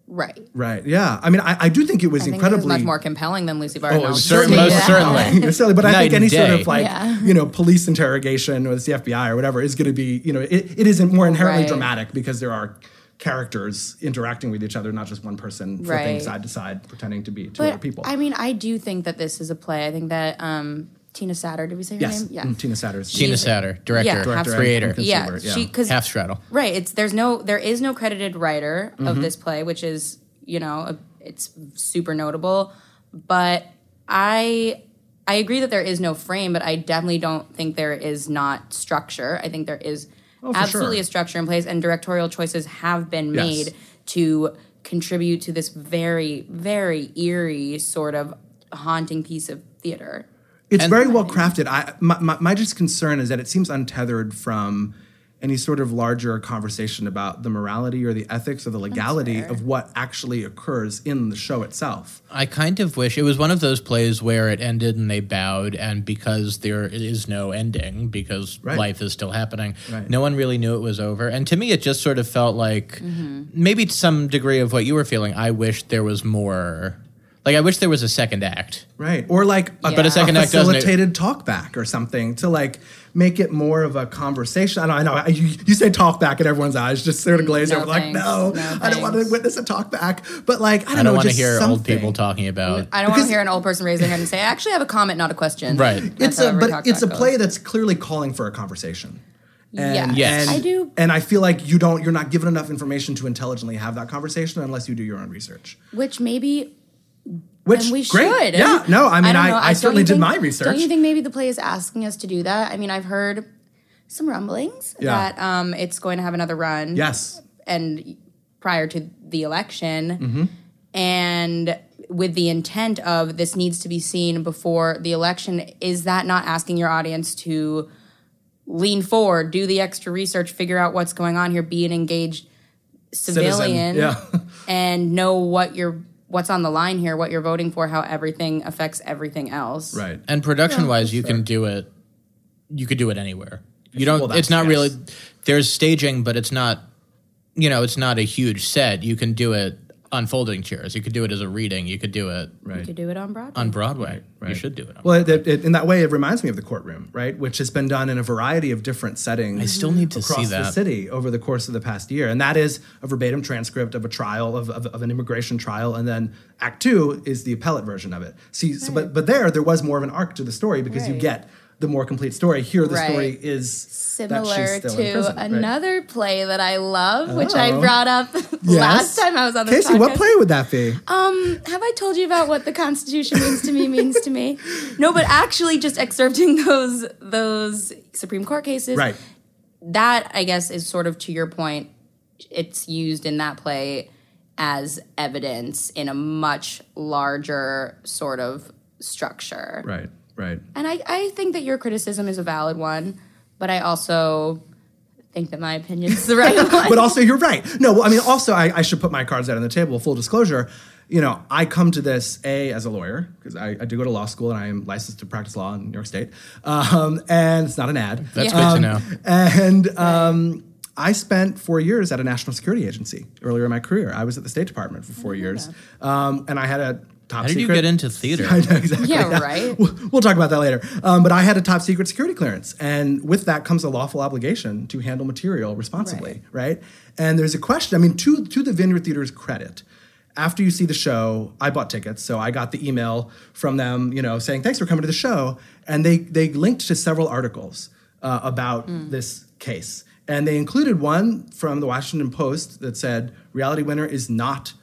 [SPEAKER 6] Right.
[SPEAKER 3] right, yeah. I mean, I, I do think it was
[SPEAKER 6] I think it
[SPEAKER 3] incredibly Oh,
[SPEAKER 6] was much more compelling than Lucy Barton.
[SPEAKER 5] it
[SPEAKER 6] I'll
[SPEAKER 5] was
[SPEAKER 6] just
[SPEAKER 5] certain-
[SPEAKER 6] say
[SPEAKER 5] most
[SPEAKER 6] that.
[SPEAKER 3] *laughs*
[SPEAKER 5] certainly.
[SPEAKER 3] necessarily, but I
[SPEAKER 5] Night
[SPEAKER 3] think
[SPEAKER 5] and
[SPEAKER 3] any sort
[SPEAKER 5] day.
[SPEAKER 3] of like
[SPEAKER 6] Yeah.
[SPEAKER 3] you know police interrogation with the FBI or whatever is going to be you know it, it isn't more inherently
[SPEAKER 6] Right.
[SPEAKER 3] dramatic because there are characters interacting with each other, not just one person flipping
[SPEAKER 6] Right.
[SPEAKER 3] side to side pretending to be two
[SPEAKER 6] But
[SPEAKER 3] other people.
[SPEAKER 6] I mean, I do think that this is a play. I think that um, Tina Satter, did we say her
[SPEAKER 3] yes,
[SPEAKER 6] name? Yeah.
[SPEAKER 3] Mm, Tina Satter's
[SPEAKER 5] Tina Satter, director,
[SPEAKER 6] Yeah, Director and
[SPEAKER 5] creator,
[SPEAKER 3] consumer.
[SPEAKER 6] yeah,
[SPEAKER 3] Stewart, yeah.
[SPEAKER 6] she because
[SPEAKER 5] half straddle.
[SPEAKER 6] right, it's there's no there is no credited writer
[SPEAKER 3] Mm-hmm.
[SPEAKER 6] of this play, which is you know a, it's super notable. But I I agree that there is no frame, but I definitely don't think there is not structure. I think there is
[SPEAKER 3] Oh, for
[SPEAKER 6] absolutely
[SPEAKER 3] sure.
[SPEAKER 6] a structure in place, and directorial choices have
[SPEAKER 3] Yes.
[SPEAKER 6] been made to contribute to this very very eerie sort of haunting piece of theater.
[SPEAKER 3] It's very well crafted. I my, my, my just concern is that it seems untethered from any sort of larger conversation about the morality or the ethics or the legality of what actually occurs in the show itself.
[SPEAKER 5] I kind of wish it was one of those plays where it ended and they bowed, and because there is no ending, because
[SPEAKER 3] Right.
[SPEAKER 5] life is still happening, no one really knew it was over. And to me, it just sort of felt like
[SPEAKER 6] Mm-hmm.
[SPEAKER 5] maybe to some degree of what you were feeling. I wish there was more. Like I wish there was a second act.
[SPEAKER 3] Right. Or like a,
[SPEAKER 6] But a
[SPEAKER 5] second
[SPEAKER 3] a
[SPEAKER 5] act
[SPEAKER 6] e-
[SPEAKER 5] doesn't-
[SPEAKER 3] facilitated talk back or something to like make it more of a conversation. I know, I know you, you say talk back and everyone's eyes just sort of glaze
[SPEAKER 6] Mm, No
[SPEAKER 3] over like,
[SPEAKER 6] thanks.
[SPEAKER 3] no,
[SPEAKER 6] No
[SPEAKER 3] I don't want to
[SPEAKER 6] thanks.
[SPEAKER 3] witness a talk back. But like, I don't,
[SPEAKER 5] I don't
[SPEAKER 3] know,
[SPEAKER 5] want to
[SPEAKER 3] just
[SPEAKER 5] hear old
[SPEAKER 3] something.
[SPEAKER 5] people talking about.
[SPEAKER 6] I don't want to hear an old person raise their hand and say, "I actually have a comment, not a question."
[SPEAKER 5] Right.
[SPEAKER 3] It's
[SPEAKER 6] That's how
[SPEAKER 3] a,
[SPEAKER 6] every
[SPEAKER 3] but
[SPEAKER 6] talk
[SPEAKER 3] it's a
[SPEAKER 6] back goes.
[SPEAKER 3] play that's clearly calling for a conversation.
[SPEAKER 6] Yes.
[SPEAKER 5] Yes.
[SPEAKER 6] I do.
[SPEAKER 3] And I feel like you don't, you're not given enough information to intelligently have that conversation unless you do your own research.
[SPEAKER 6] Which maybe
[SPEAKER 3] Which
[SPEAKER 6] and we
[SPEAKER 3] great.
[SPEAKER 6] should.
[SPEAKER 3] Yeah. No, I mean,
[SPEAKER 6] don't
[SPEAKER 3] I,
[SPEAKER 6] know.
[SPEAKER 3] I,
[SPEAKER 6] don't
[SPEAKER 3] certainly
[SPEAKER 6] you
[SPEAKER 3] did
[SPEAKER 6] think-
[SPEAKER 3] my research.
[SPEAKER 6] Don't you think maybe the play is asking us to do that? I mean, I've heard some rumblings
[SPEAKER 3] Yeah.
[SPEAKER 6] that um, it's going to have another run.
[SPEAKER 3] yes.
[SPEAKER 6] and prior to the election,
[SPEAKER 3] Mm-hmm.
[SPEAKER 6] and with the intent of this needs to be seen before the election. Is that not asking your audience to lean forward, do the extra research, figure out what's going on here, be an engaged civilian,
[SPEAKER 3] Yeah. *laughs*
[SPEAKER 6] and know what you're what's on the line here, what you're voting for, how everything affects everything else.
[SPEAKER 3] right.
[SPEAKER 5] And production wise, you can do it. You could do it anywhere. You don't.
[SPEAKER 3] that's-
[SPEAKER 5] it's not
[SPEAKER 3] yes.
[SPEAKER 5] really. There's staging, but it's not. You know, it's not a huge set. You can do it on folding chairs. You could do it as a reading. You could do it
[SPEAKER 6] To do it on Broadway.
[SPEAKER 5] on Broadway. You should do it. On
[SPEAKER 3] Well, it, it, in that way, it reminds me of the courtroom, right? Which has been done in a variety of different settings. I
[SPEAKER 5] still need to
[SPEAKER 3] across
[SPEAKER 5] see
[SPEAKER 3] the
[SPEAKER 5] that.
[SPEAKER 3] city over the course of the past year, and that is a verbatim transcript of a trial of, of, of an immigration trial, and then Act Two is the appellate version of it. See, so, but but there, there was more of an arc to the story because you
[SPEAKER 6] Right.
[SPEAKER 3] get the more complete story. Here, the story
[SPEAKER 6] Right.
[SPEAKER 3] is that she's
[SPEAKER 6] similar
[SPEAKER 3] still
[SPEAKER 6] to
[SPEAKER 3] in prison, right?
[SPEAKER 6] another play that I love, which I brought up *laughs*
[SPEAKER 3] Yes.
[SPEAKER 6] last time I was on this
[SPEAKER 3] Casey, what
[SPEAKER 6] podcast.
[SPEAKER 3] play would that be?
[SPEAKER 6] Um, have I told you about what the Constitution means to me means to me? No, but actually, just excerpting *laughs* those those Supreme Court cases.
[SPEAKER 3] right.
[SPEAKER 6] That I guess is sort of to your point. It's used in that play as evidence in a much larger sort of structure.
[SPEAKER 3] Right. Right.
[SPEAKER 6] And I, I think that your criticism is a valid one, but I also think that my opinion is the
[SPEAKER 5] *laughs*
[SPEAKER 6] right
[SPEAKER 3] *laughs*
[SPEAKER 6] one.
[SPEAKER 3] but also you're right. No, well, I mean, also I, I should put my cards out on the table. Full disclosure, you know, I come to this a as a lawyer because I, I do go to law school and I am licensed to practice law in New York State, um, and it's not an ad.
[SPEAKER 5] That's
[SPEAKER 6] Yeah.
[SPEAKER 5] good to know.
[SPEAKER 3] And um, I spent four years at a national security agency earlier in my career. I was at the State Department for four years, um, and I had a top
[SPEAKER 5] How did you
[SPEAKER 3] secret.
[SPEAKER 5] get into
[SPEAKER 3] *laughs*
[SPEAKER 5] theater?
[SPEAKER 3] exactly.
[SPEAKER 6] Yeah, right.
[SPEAKER 3] We'll, we'll talk about that later. Um, but I had a top secret security clearance, and with that comes a lawful obligation to handle material responsibly, right? And there's a question. I mean, to to the Vineyard Theater's credit, after you see the show, I bought tickets, so I got the email from them, you know, saying thanks for coming to the show, and they they linked to several articles uh, about
[SPEAKER 6] Mm.
[SPEAKER 3] this case, and they included one from the Washington Post that said reality winner is not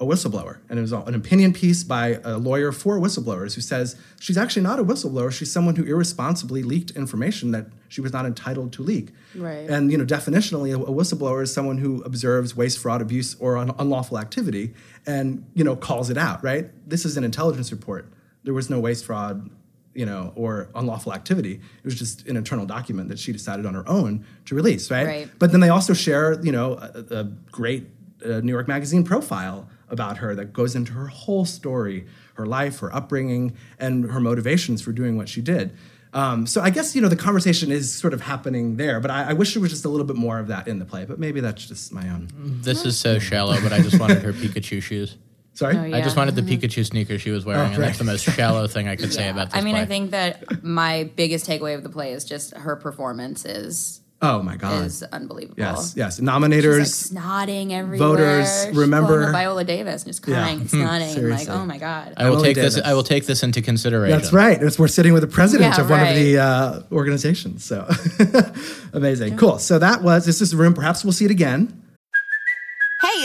[SPEAKER 3] a whistleblower, and it was an opinion piece by a lawyer for whistleblowers who says she's actually not a whistleblower. She's someone who irresponsibly leaked information that she was not entitled to leak.
[SPEAKER 6] Right.
[SPEAKER 3] And you know, definitionally, a, a whistleblower is someone who observes waste, fraud, abuse, or un- unlawful activity, and you know, calls it out. Right. This is an intelligence report. There was no waste, fraud, you know, or unlawful activity. It was just an internal document that she decided on her own to release. Right.
[SPEAKER 6] Right.
[SPEAKER 3] But then they also share, you know, a, a great uh, New York Magazine profile about her that goes into her whole story, her life, her upbringing, and her motivations for doing what she did. Um, so I guess you know the conversation is sort of happening there, but I, I wish there was just a little bit more of that in the play. But maybe that's just my
[SPEAKER 6] Mm-hmm.
[SPEAKER 3] own.
[SPEAKER 5] This is so shallow, but I just wanted her Pikachu shoes.
[SPEAKER 3] Sorry.
[SPEAKER 5] I just wanted the Pikachu sneaker she was wearing, and that's the most shallow thing I could say about this.
[SPEAKER 6] I mean, I
[SPEAKER 5] play.
[SPEAKER 6] think that my biggest takeaway of the play is just her performance is
[SPEAKER 3] Oh my God.
[SPEAKER 6] is unbelievable.
[SPEAKER 3] yes. Yes.
[SPEAKER 6] She's, like,
[SPEAKER 3] Nominators.
[SPEAKER 6] snotting everywhere.
[SPEAKER 3] voters,
[SPEAKER 6] She's
[SPEAKER 3] remember-
[SPEAKER 6] pulling a Viola Davis and just
[SPEAKER 3] *laughs*
[SPEAKER 6] crying, and snotting, and like,
[SPEAKER 3] seriously.
[SPEAKER 6] oh my god.
[SPEAKER 5] I will
[SPEAKER 3] Emily
[SPEAKER 5] take this.
[SPEAKER 3] Davis.
[SPEAKER 5] I will take this into consideration.
[SPEAKER 3] that's right. It's, we're sitting with the president
[SPEAKER 6] Yeah,
[SPEAKER 3] of one
[SPEAKER 6] right.
[SPEAKER 3] of the uh, organizations. So *laughs* amazing. Cool. So that was this is the room. Perhaps we'll see it again.
[SPEAKER 7] Hey,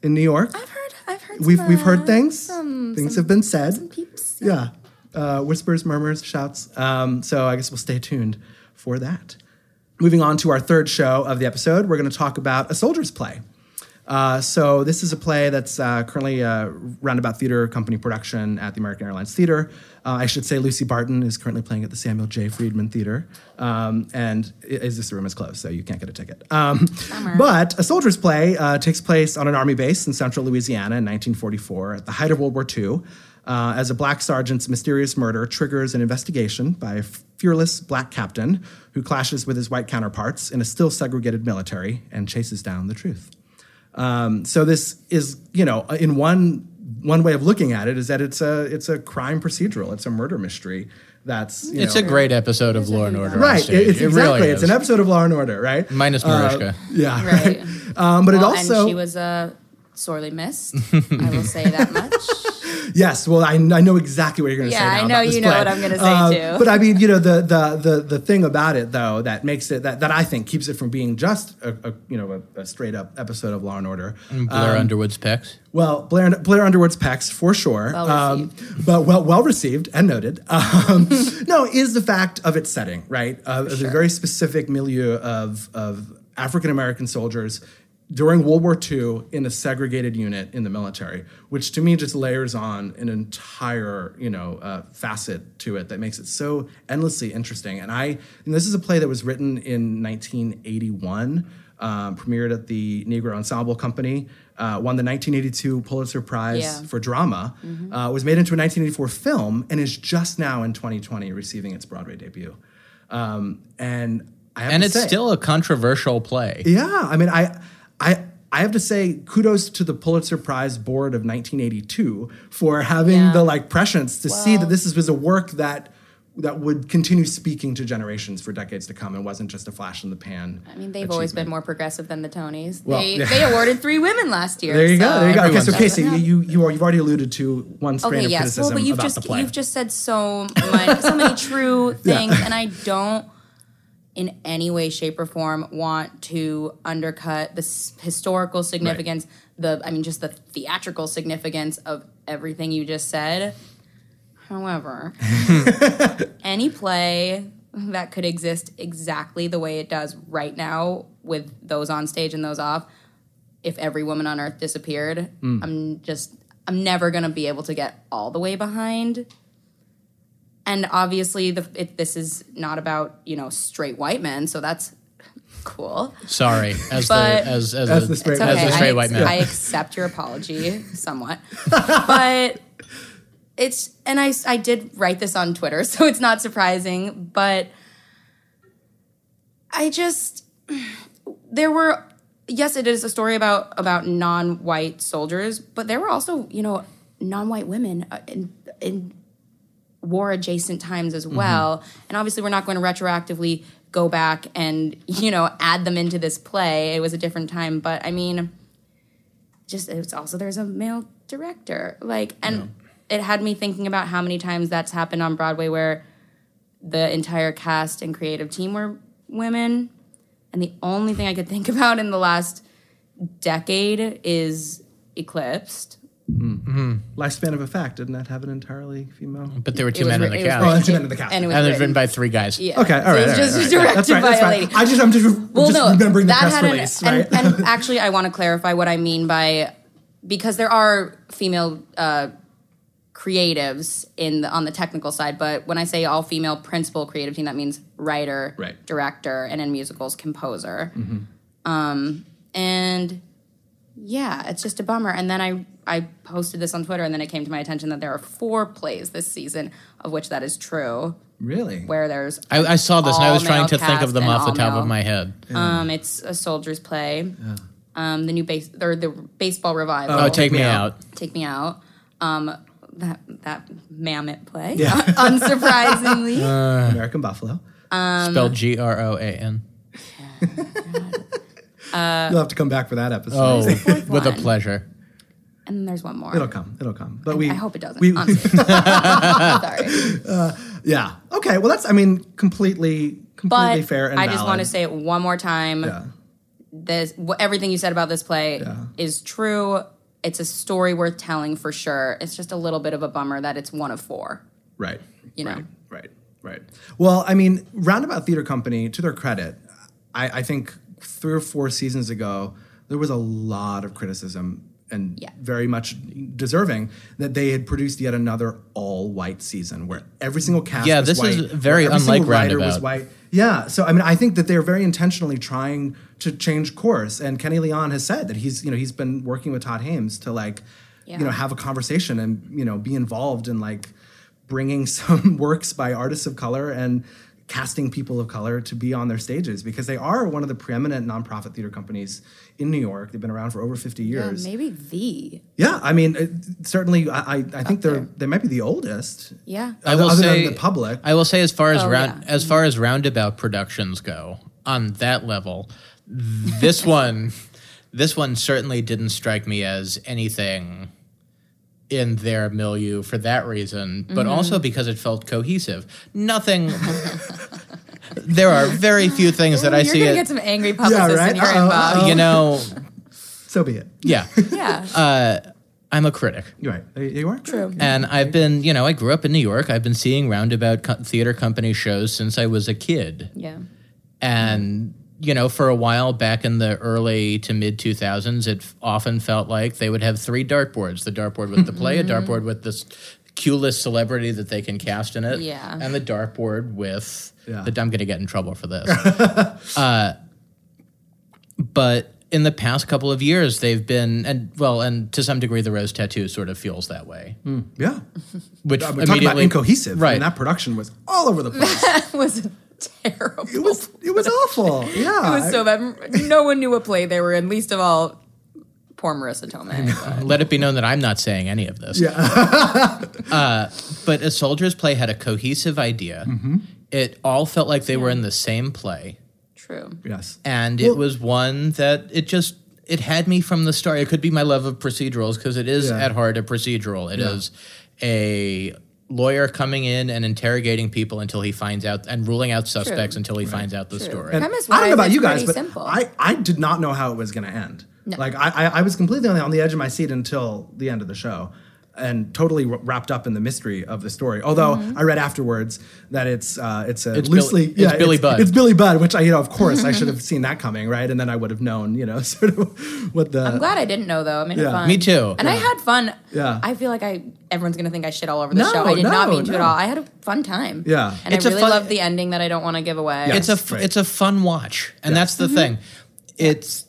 [SPEAKER 3] in New York.
[SPEAKER 6] I've heard. I've heard.
[SPEAKER 3] we've
[SPEAKER 6] some,
[SPEAKER 3] we've heard
[SPEAKER 6] uh,
[SPEAKER 3] things.
[SPEAKER 6] Some
[SPEAKER 3] things have been said.
[SPEAKER 6] peeps.
[SPEAKER 3] yeah. Uh, whispers, murmurs, shouts. Um, so I guess we'll stay tuned for that. Moving on to our third show of the episode, we're going to talk about a soldier's play. Uh, so this is a play that's uh, currently a Roundabout Theater Company production at the American Airlines Theater. Uh, I should say Lucy Barton is currently playing at the Samuel J. Friedman Theater, um, and i- is this room is closed, so you can't get a ticket. Um, but a soldier's play uh, takes place on an army base in central Louisiana in 1944 at the height of World War II. Uh, as a black sergeant's mysterious murder triggers an investigation by a f- fearless black captain who clashes with his white counterparts in a still segregated military and chases down the truth. Um, so this is, you know, uh, in one one way of looking at it is that it's a it's a crime procedural, it's a murder mystery. That's you
[SPEAKER 5] It's
[SPEAKER 3] know,
[SPEAKER 5] a great episode of Law and Order. on
[SPEAKER 3] right.
[SPEAKER 5] stage.
[SPEAKER 3] It's
[SPEAKER 5] it
[SPEAKER 3] exactly
[SPEAKER 5] really
[SPEAKER 3] it's
[SPEAKER 5] is.
[SPEAKER 3] an episode of Law and Order, right? Uh,
[SPEAKER 5] Minus Mariska.
[SPEAKER 3] yeah,
[SPEAKER 6] *laughs* Right.
[SPEAKER 3] Um, *laughs* but it
[SPEAKER 6] Well,
[SPEAKER 3] also
[SPEAKER 6] and she was uh, sorely missed. I will say
[SPEAKER 3] *laughs*
[SPEAKER 6] that much.
[SPEAKER 3] Yes, well, I, I know exactly what you're going to
[SPEAKER 6] Yeah,
[SPEAKER 3] say.
[SPEAKER 6] I
[SPEAKER 3] now
[SPEAKER 6] know
[SPEAKER 3] about this
[SPEAKER 6] you know
[SPEAKER 3] play.
[SPEAKER 6] what I'm gonna say,
[SPEAKER 3] Uh,
[SPEAKER 6] too.
[SPEAKER 3] But I mean, you know, the the the the thing about it though that makes it that, that I think keeps it from being just a, a you know a, a straight up episode of Law and Order.
[SPEAKER 5] Blair
[SPEAKER 3] um,
[SPEAKER 5] Underwood's pecs.
[SPEAKER 3] Well, Blair, Blair Underwood's pecs for sure,
[SPEAKER 6] Well
[SPEAKER 3] um, but well well received and noted. *laughs* Um, no, is the fact of its setting right? Uh, of The very specific milieu of of African American soldiers during World War II in a segregated unit in the military, which to me just layers on an entire you know uh, facet to it that makes it so endlessly interesting. And I and this is a play that was written in 1981 um, premiered at the Negro Ensemble Company, uh, won the 1982 Pulitzer Prize
[SPEAKER 6] Yeah. Mm-hmm.
[SPEAKER 3] for drama, uh, was made into a 1984 film, and is just now in 2020 receiving its Broadway debut. Um, and I have
[SPEAKER 5] And
[SPEAKER 3] to
[SPEAKER 5] it's
[SPEAKER 3] say-
[SPEAKER 5] still a controversial play.
[SPEAKER 3] yeah. I mean, I, I, I have to say kudos to the Pulitzer Prize Board of 1982 for having the like prescience to see that this is, was a work that that would continue speaking to generations for decades to come and wasn't just a flash in the pan.
[SPEAKER 6] I mean, they've always been more progressive than the Tonys.
[SPEAKER 3] Well,
[SPEAKER 6] they
[SPEAKER 3] yeah.
[SPEAKER 6] they awarded three women last year.
[SPEAKER 3] There you go.
[SPEAKER 6] so-
[SPEAKER 3] There you go. Okay, so
[SPEAKER 5] Everyone's-
[SPEAKER 3] Casey, you you are, you've already alluded to one strain
[SPEAKER 6] Okay,
[SPEAKER 3] of
[SPEAKER 6] yes.
[SPEAKER 3] criticism
[SPEAKER 6] Well, but you've
[SPEAKER 3] about
[SPEAKER 6] just
[SPEAKER 3] the play.
[SPEAKER 6] you've just said so much,
[SPEAKER 3] *laughs*
[SPEAKER 6] so many true things, and I don't in any way, shape, or form want to undercut the s- historical significance. The I mean, just the theatrical significance of everything you just said.
[SPEAKER 3] *laughs*
[SPEAKER 6] However, any play that could exist exactly the way it does right now, with those on stage and those off, if every woman on earth disappeared, I'm just I'm never gonna be able to get all the way behind. And obviously, the, it, this is not about you know straight white men, so that's *laughs* cool.
[SPEAKER 5] *laughs* Sorry, as
[SPEAKER 6] But-
[SPEAKER 5] the as as,
[SPEAKER 3] As
[SPEAKER 5] a,
[SPEAKER 3] the straight
[SPEAKER 6] It's
[SPEAKER 3] As
[SPEAKER 6] okay.
[SPEAKER 5] a straight
[SPEAKER 6] I,
[SPEAKER 5] white man.
[SPEAKER 6] I accept your apology somewhat, *laughs* but it's and I I did write this on Twitter, *laughs* so it's not surprising. But I just there were yes, it is a story about about non-white soldiers, but there were also you know non-white women uh, in, in war adjacent times as well. And obviously, we're not going to retroactively go back and you know add them into this play. It was a different time, but I mean, just it's also there's a male director, like, and it had me thinking about how many times that's happened on Broadway where the entire cast and creative team were women. And the only thing I could think *laughs* about in the last decade is Eclipsed.
[SPEAKER 3] Lifespan of a Fact didn't that have an entirely female?
[SPEAKER 5] But there were two
[SPEAKER 6] was
[SPEAKER 5] men in
[SPEAKER 6] writ-
[SPEAKER 5] the
[SPEAKER 6] it was
[SPEAKER 5] cast.
[SPEAKER 3] Oh, that's in the cast.
[SPEAKER 6] And it was
[SPEAKER 5] and it was
[SPEAKER 6] written-
[SPEAKER 5] written by three guys.
[SPEAKER 6] yeah.
[SPEAKER 3] Okay, all right,
[SPEAKER 6] So
[SPEAKER 3] all right,
[SPEAKER 6] it's just
[SPEAKER 3] all right.
[SPEAKER 6] directed
[SPEAKER 3] That's right,
[SPEAKER 6] by
[SPEAKER 3] that's
[SPEAKER 6] a
[SPEAKER 3] fine.
[SPEAKER 6] lady.
[SPEAKER 3] I just I'm just,
[SPEAKER 6] Well,
[SPEAKER 3] just
[SPEAKER 6] no,
[SPEAKER 3] remembering the
[SPEAKER 6] that
[SPEAKER 3] press
[SPEAKER 6] had an-
[SPEAKER 3] release,
[SPEAKER 6] and-
[SPEAKER 3] right? *laughs*
[SPEAKER 6] And, actually, I want to clarify what I mean by because there are female uh, creatives in the, on the technical side, but when I say all female principal creative team, that means writer,
[SPEAKER 3] Right. Mm-hmm.
[SPEAKER 6] director, and in musicals, composer. Um, and yeah, it's just a bummer. And then I I posted this on Twitter, and then it came to my attention that there are four plays this season, of which that is true,
[SPEAKER 3] really?
[SPEAKER 6] where there's
[SPEAKER 5] I, I saw this and I
[SPEAKER 6] All
[SPEAKER 5] was trying
[SPEAKER 6] male
[SPEAKER 5] to think of
[SPEAKER 6] cast
[SPEAKER 5] them
[SPEAKER 6] and
[SPEAKER 5] off the
[SPEAKER 6] all
[SPEAKER 5] top
[SPEAKER 6] male.
[SPEAKER 5] of my head.
[SPEAKER 6] Um, it's a soldier's play. Um, the new base or the baseball revival.
[SPEAKER 5] Oh, take me out.
[SPEAKER 6] Take me out. Um, that that mammoth
[SPEAKER 3] *laughs*
[SPEAKER 6] play. *laughs* Unsurprisingly,
[SPEAKER 3] Uh, American Buffalo.
[SPEAKER 6] Um,
[SPEAKER 5] Spelled G R O A N.
[SPEAKER 6] Uh,
[SPEAKER 3] You'll have to come back for that episode.
[SPEAKER 5] Oh,
[SPEAKER 6] fourth
[SPEAKER 5] with a
[SPEAKER 6] one?
[SPEAKER 5] pleasure.
[SPEAKER 6] and then there's one
[SPEAKER 3] *laughs*
[SPEAKER 6] more.
[SPEAKER 3] It'll come. It'll come. But we
[SPEAKER 6] I hope it doesn't.
[SPEAKER 3] we-
[SPEAKER 6] honestly. Sorry,
[SPEAKER 3] *laughs* yeah. Okay. Well, that's I mean completely completely
[SPEAKER 6] but
[SPEAKER 3] fair and
[SPEAKER 6] I just want
[SPEAKER 3] valid.
[SPEAKER 6] to say it one more time.
[SPEAKER 3] yeah.
[SPEAKER 6] This wh- everything you said about this play is true. It's a story worth telling for sure. It's just a little bit of a bummer that it's one of four.
[SPEAKER 3] Right.
[SPEAKER 6] You know.
[SPEAKER 3] Right. Right. Right. Well, I mean, Roundabout Theater Company, to their credit, I, I think three or four seasons ago, there was a lot of criticism and
[SPEAKER 6] Yeah.
[SPEAKER 3] very much deserving that they had produced yet another all-white season where every single cast
[SPEAKER 5] Yeah,
[SPEAKER 3] was
[SPEAKER 5] this
[SPEAKER 3] white,
[SPEAKER 5] is very
[SPEAKER 3] where every single
[SPEAKER 5] unlike
[SPEAKER 3] writer was
[SPEAKER 5] Roundabout.
[SPEAKER 3] white. Yeah, so I mean, I think that they're very intentionally trying to change course. And Kenny Leon has said that he's, you know, he's been working with Todd Hames to like, you know,
[SPEAKER 6] Yeah.
[SPEAKER 3] have a conversation and you know be involved in like bringing *laughs* some works by artists of color and casting people of color to be on their stages because they are one of the preeminent nonprofit theater companies in New York. They've been around for over 50 years. Yeah,
[SPEAKER 6] Maybe the
[SPEAKER 3] I mean, it, certainly I, I, I think they're they might be the oldest.
[SPEAKER 6] yeah.
[SPEAKER 5] I will
[SPEAKER 3] other
[SPEAKER 5] say
[SPEAKER 3] than the public.
[SPEAKER 5] I will say as far as
[SPEAKER 6] Oh,
[SPEAKER 5] round as far as roundabout productions go on that level,
[SPEAKER 6] *laughs*
[SPEAKER 5] this one this one certainly didn't strike me as anything in their milieu for that reason, but
[SPEAKER 6] Mm-hmm.
[SPEAKER 5] also because it felt cohesive. Nothing. *laughs* there are very few things that I
[SPEAKER 6] You're
[SPEAKER 5] see
[SPEAKER 6] gonna
[SPEAKER 5] it.
[SPEAKER 6] get some angry publicists
[SPEAKER 3] right?
[SPEAKER 6] in your
[SPEAKER 3] Uh-oh, *laughs*
[SPEAKER 6] inbox.
[SPEAKER 3] uh-oh.
[SPEAKER 5] you know,
[SPEAKER 6] *laughs*
[SPEAKER 3] so be it.
[SPEAKER 5] yeah.
[SPEAKER 6] Yeah,
[SPEAKER 3] Uh,
[SPEAKER 5] I'm a critic.
[SPEAKER 3] You're right. There you are. True.
[SPEAKER 5] And I've been, you know, I grew up in New York. I've been seeing roundabout co- theater company shows since I was a kid.
[SPEAKER 6] yeah.
[SPEAKER 5] And, you know, for a while back in the early to mid 2000s, it f- often felt like they would have three dartboards the dartboard with the play, a dartboard with this Q list celebrity that they can cast in it,
[SPEAKER 6] Yeah.
[SPEAKER 5] and the dartboard with
[SPEAKER 3] Yeah.
[SPEAKER 5] the, I'm going to get in trouble
[SPEAKER 3] *laughs*
[SPEAKER 5] for this. uh, but in the past couple of years, they've been, and well, and to some degree, the Rose Tattoo sort of feels that way.
[SPEAKER 3] Mm. Yeah.
[SPEAKER 5] Which
[SPEAKER 3] I mean, talk Uh, about
[SPEAKER 5] immediately
[SPEAKER 3] incohesive. Right. I
[SPEAKER 5] Right.
[SPEAKER 3] mean, that production was all over the
[SPEAKER 6] *laughs*
[SPEAKER 3] place.
[SPEAKER 6] It was terrible.
[SPEAKER 3] it was it
[SPEAKER 6] *laughs*
[SPEAKER 3] was awful. Yeah.
[SPEAKER 6] It was so bad. No one knew what play they were in. Least of all, poor Marissa Tomei. but-
[SPEAKER 5] Let it be known that I'm not saying any of *laughs* this. Yeah. uh, but a soldier's play had a cohesive idea.
[SPEAKER 3] Mm-hmm.
[SPEAKER 5] It all felt like they were in the same play,
[SPEAKER 6] True.
[SPEAKER 3] yes.
[SPEAKER 5] and it was one that it just it had me from the start. It could be my love of procedurals because it is
[SPEAKER 3] Yeah.
[SPEAKER 5] at heart a procedural. It is a lawyer coming in and interrogating people until he finds out and ruling out suspects until he finds out the story.
[SPEAKER 3] And
[SPEAKER 6] Premise
[SPEAKER 3] I don't
[SPEAKER 6] wise,
[SPEAKER 3] know about
[SPEAKER 6] it's
[SPEAKER 3] you guys,
[SPEAKER 6] pretty
[SPEAKER 3] but
[SPEAKER 6] simple.
[SPEAKER 3] I, I did not know how it was going to end. Like I, I, I was completely on the, on the edge of my seat until the end of the show, and totally w- wrapped up in the mystery of the story. Although
[SPEAKER 6] Mm-hmm.
[SPEAKER 3] I read afterwards that it's uh, it's a
[SPEAKER 5] It's
[SPEAKER 3] loosely
[SPEAKER 5] Billy- it's Billy Budd.
[SPEAKER 3] It's Billy Budd, which I you know of course I
[SPEAKER 6] *laughs*
[SPEAKER 3] should have seen that coming, right? And then I would have known you know *laughs* sort of what the
[SPEAKER 6] I'm glad I didn't know though. I made it
[SPEAKER 3] Yeah.
[SPEAKER 6] fun.
[SPEAKER 5] Me too.
[SPEAKER 6] And I had fun.
[SPEAKER 3] Yeah.
[SPEAKER 6] I feel like I everyone's gonna think I shit all over the
[SPEAKER 3] No,
[SPEAKER 6] show. I did not
[SPEAKER 3] no,
[SPEAKER 6] mean to
[SPEAKER 3] no.
[SPEAKER 6] at all. I had a fun time.
[SPEAKER 3] Yeah.
[SPEAKER 6] And
[SPEAKER 5] It's a
[SPEAKER 6] I really
[SPEAKER 5] fun-
[SPEAKER 6] loved the ending that I don't want to give away.
[SPEAKER 5] it's a f-
[SPEAKER 3] right.
[SPEAKER 5] it's a fun watch, and that's
[SPEAKER 6] Mm-hmm.
[SPEAKER 5] the thing. It's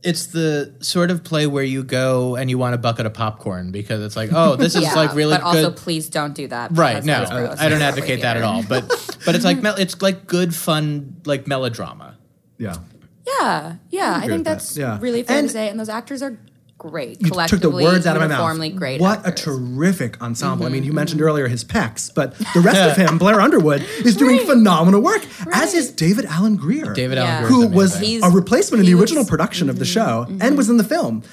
[SPEAKER 5] it's the sort of play where you go and you want a bucket of popcorn because it's like, oh, this is
[SPEAKER 6] *laughs* Yeah,
[SPEAKER 5] like really
[SPEAKER 6] But also,
[SPEAKER 5] good.
[SPEAKER 6] please don't do that.
[SPEAKER 5] Right?
[SPEAKER 6] because
[SPEAKER 5] No,
[SPEAKER 6] that's gross.
[SPEAKER 5] I don't
[SPEAKER 6] It's
[SPEAKER 5] advocate that at all.
[SPEAKER 6] *laughs*
[SPEAKER 5] But but it's like mel- it's like good fun, like melodrama.
[SPEAKER 3] yeah.
[SPEAKER 6] Yeah, yeah. I,
[SPEAKER 3] with
[SPEAKER 6] think
[SPEAKER 3] that.
[SPEAKER 6] that's
[SPEAKER 3] Yeah.
[SPEAKER 6] really fair
[SPEAKER 3] And-
[SPEAKER 6] to say. And those actors are great.
[SPEAKER 3] you took the
[SPEAKER 6] Collectively,
[SPEAKER 3] words out of my mouth.
[SPEAKER 6] uniformly great. Mm-hmm,
[SPEAKER 3] what
[SPEAKER 6] actors.
[SPEAKER 3] a terrific ensemble! I mean, you mentioned earlier his pecs, but the rest
[SPEAKER 5] *laughs*
[SPEAKER 3] of him, Blair Underwood, is doing phenomenal work, as is David Alan Greer,
[SPEAKER 5] David
[SPEAKER 6] Yeah.
[SPEAKER 5] Allen Greer is
[SPEAKER 3] who
[SPEAKER 5] amazing.
[SPEAKER 3] was
[SPEAKER 6] He's-
[SPEAKER 3] a replacement
[SPEAKER 6] he
[SPEAKER 3] in the
[SPEAKER 6] was-
[SPEAKER 3] original production of the show and was in the film,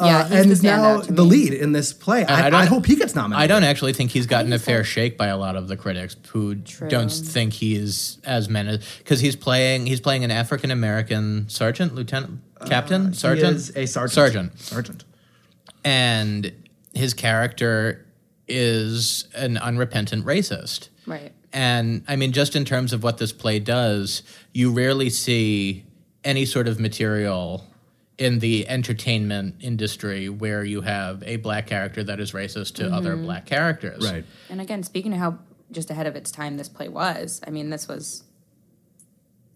[SPEAKER 6] Yeah,
[SPEAKER 3] uh,
[SPEAKER 6] he's
[SPEAKER 3] and
[SPEAKER 6] the
[SPEAKER 3] is now
[SPEAKER 6] standout to
[SPEAKER 3] the
[SPEAKER 6] me.
[SPEAKER 3] lead in this play. I,
[SPEAKER 5] I
[SPEAKER 3] I,
[SPEAKER 5] don't-
[SPEAKER 3] hope he gets nominated.
[SPEAKER 5] I don't actually think he's gotten a fair shake by a lot of the critics who don't think he is as menace because he's playing he's playing an African American sergeant, lieutenant, captain,
[SPEAKER 3] Uh, He
[SPEAKER 5] sergeant,
[SPEAKER 3] is a sergeant.
[SPEAKER 5] sergeant,
[SPEAKER 3] Sergeant.
[SPEAKER 5] and his character is an unrepentant racist.
[SPEAKER 6] Right.
[SPEAKER 5] And I mean, just in terms of what this play does, you rarely see any sort of material in the entertainment industry where you have a black character that is racist to other black characters.
[SPEAKER 3] Right.
[SPEAKER 6] And again, speaking to how just ahead of its time this play was, I mean, this was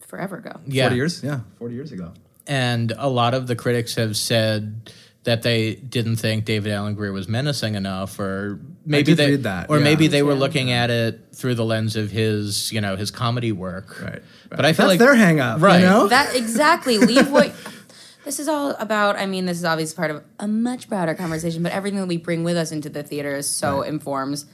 [SPEAKER 6] forever ago.
[SPEAKER 5] Yeah.
[SPEAKER 3] Forty years. Yeah, forty years ago.
[SPEAKER 5] And a lot of the critics have said that they didn't think David Allen Greer was menacing enough, or maybe
[SPEAKER 3] did
[SPEAKER 5] they
[SPEAKER 3] read that,
[SPEAKER 5] or
[SPEAKER 3] yeah.
[SPEAKER 5] maybe they were looking at it through the lens of his, you know, his comedy work.
[SPEAKER 3] Right,
[SPEAKER 5] But I feel
[SPEAKER 3] That's
[SPEAKER 5] like
[SPEAKER 3] their hang up,
[SPEAKER 5] Right.
[SPEAKER 3] You know? *laughs*
[SPEAKER 6] That exactly. Leave what. This is all about. I mean, this is obviously part of a much broader conversation, but everything that we bring with us into the theater is so informs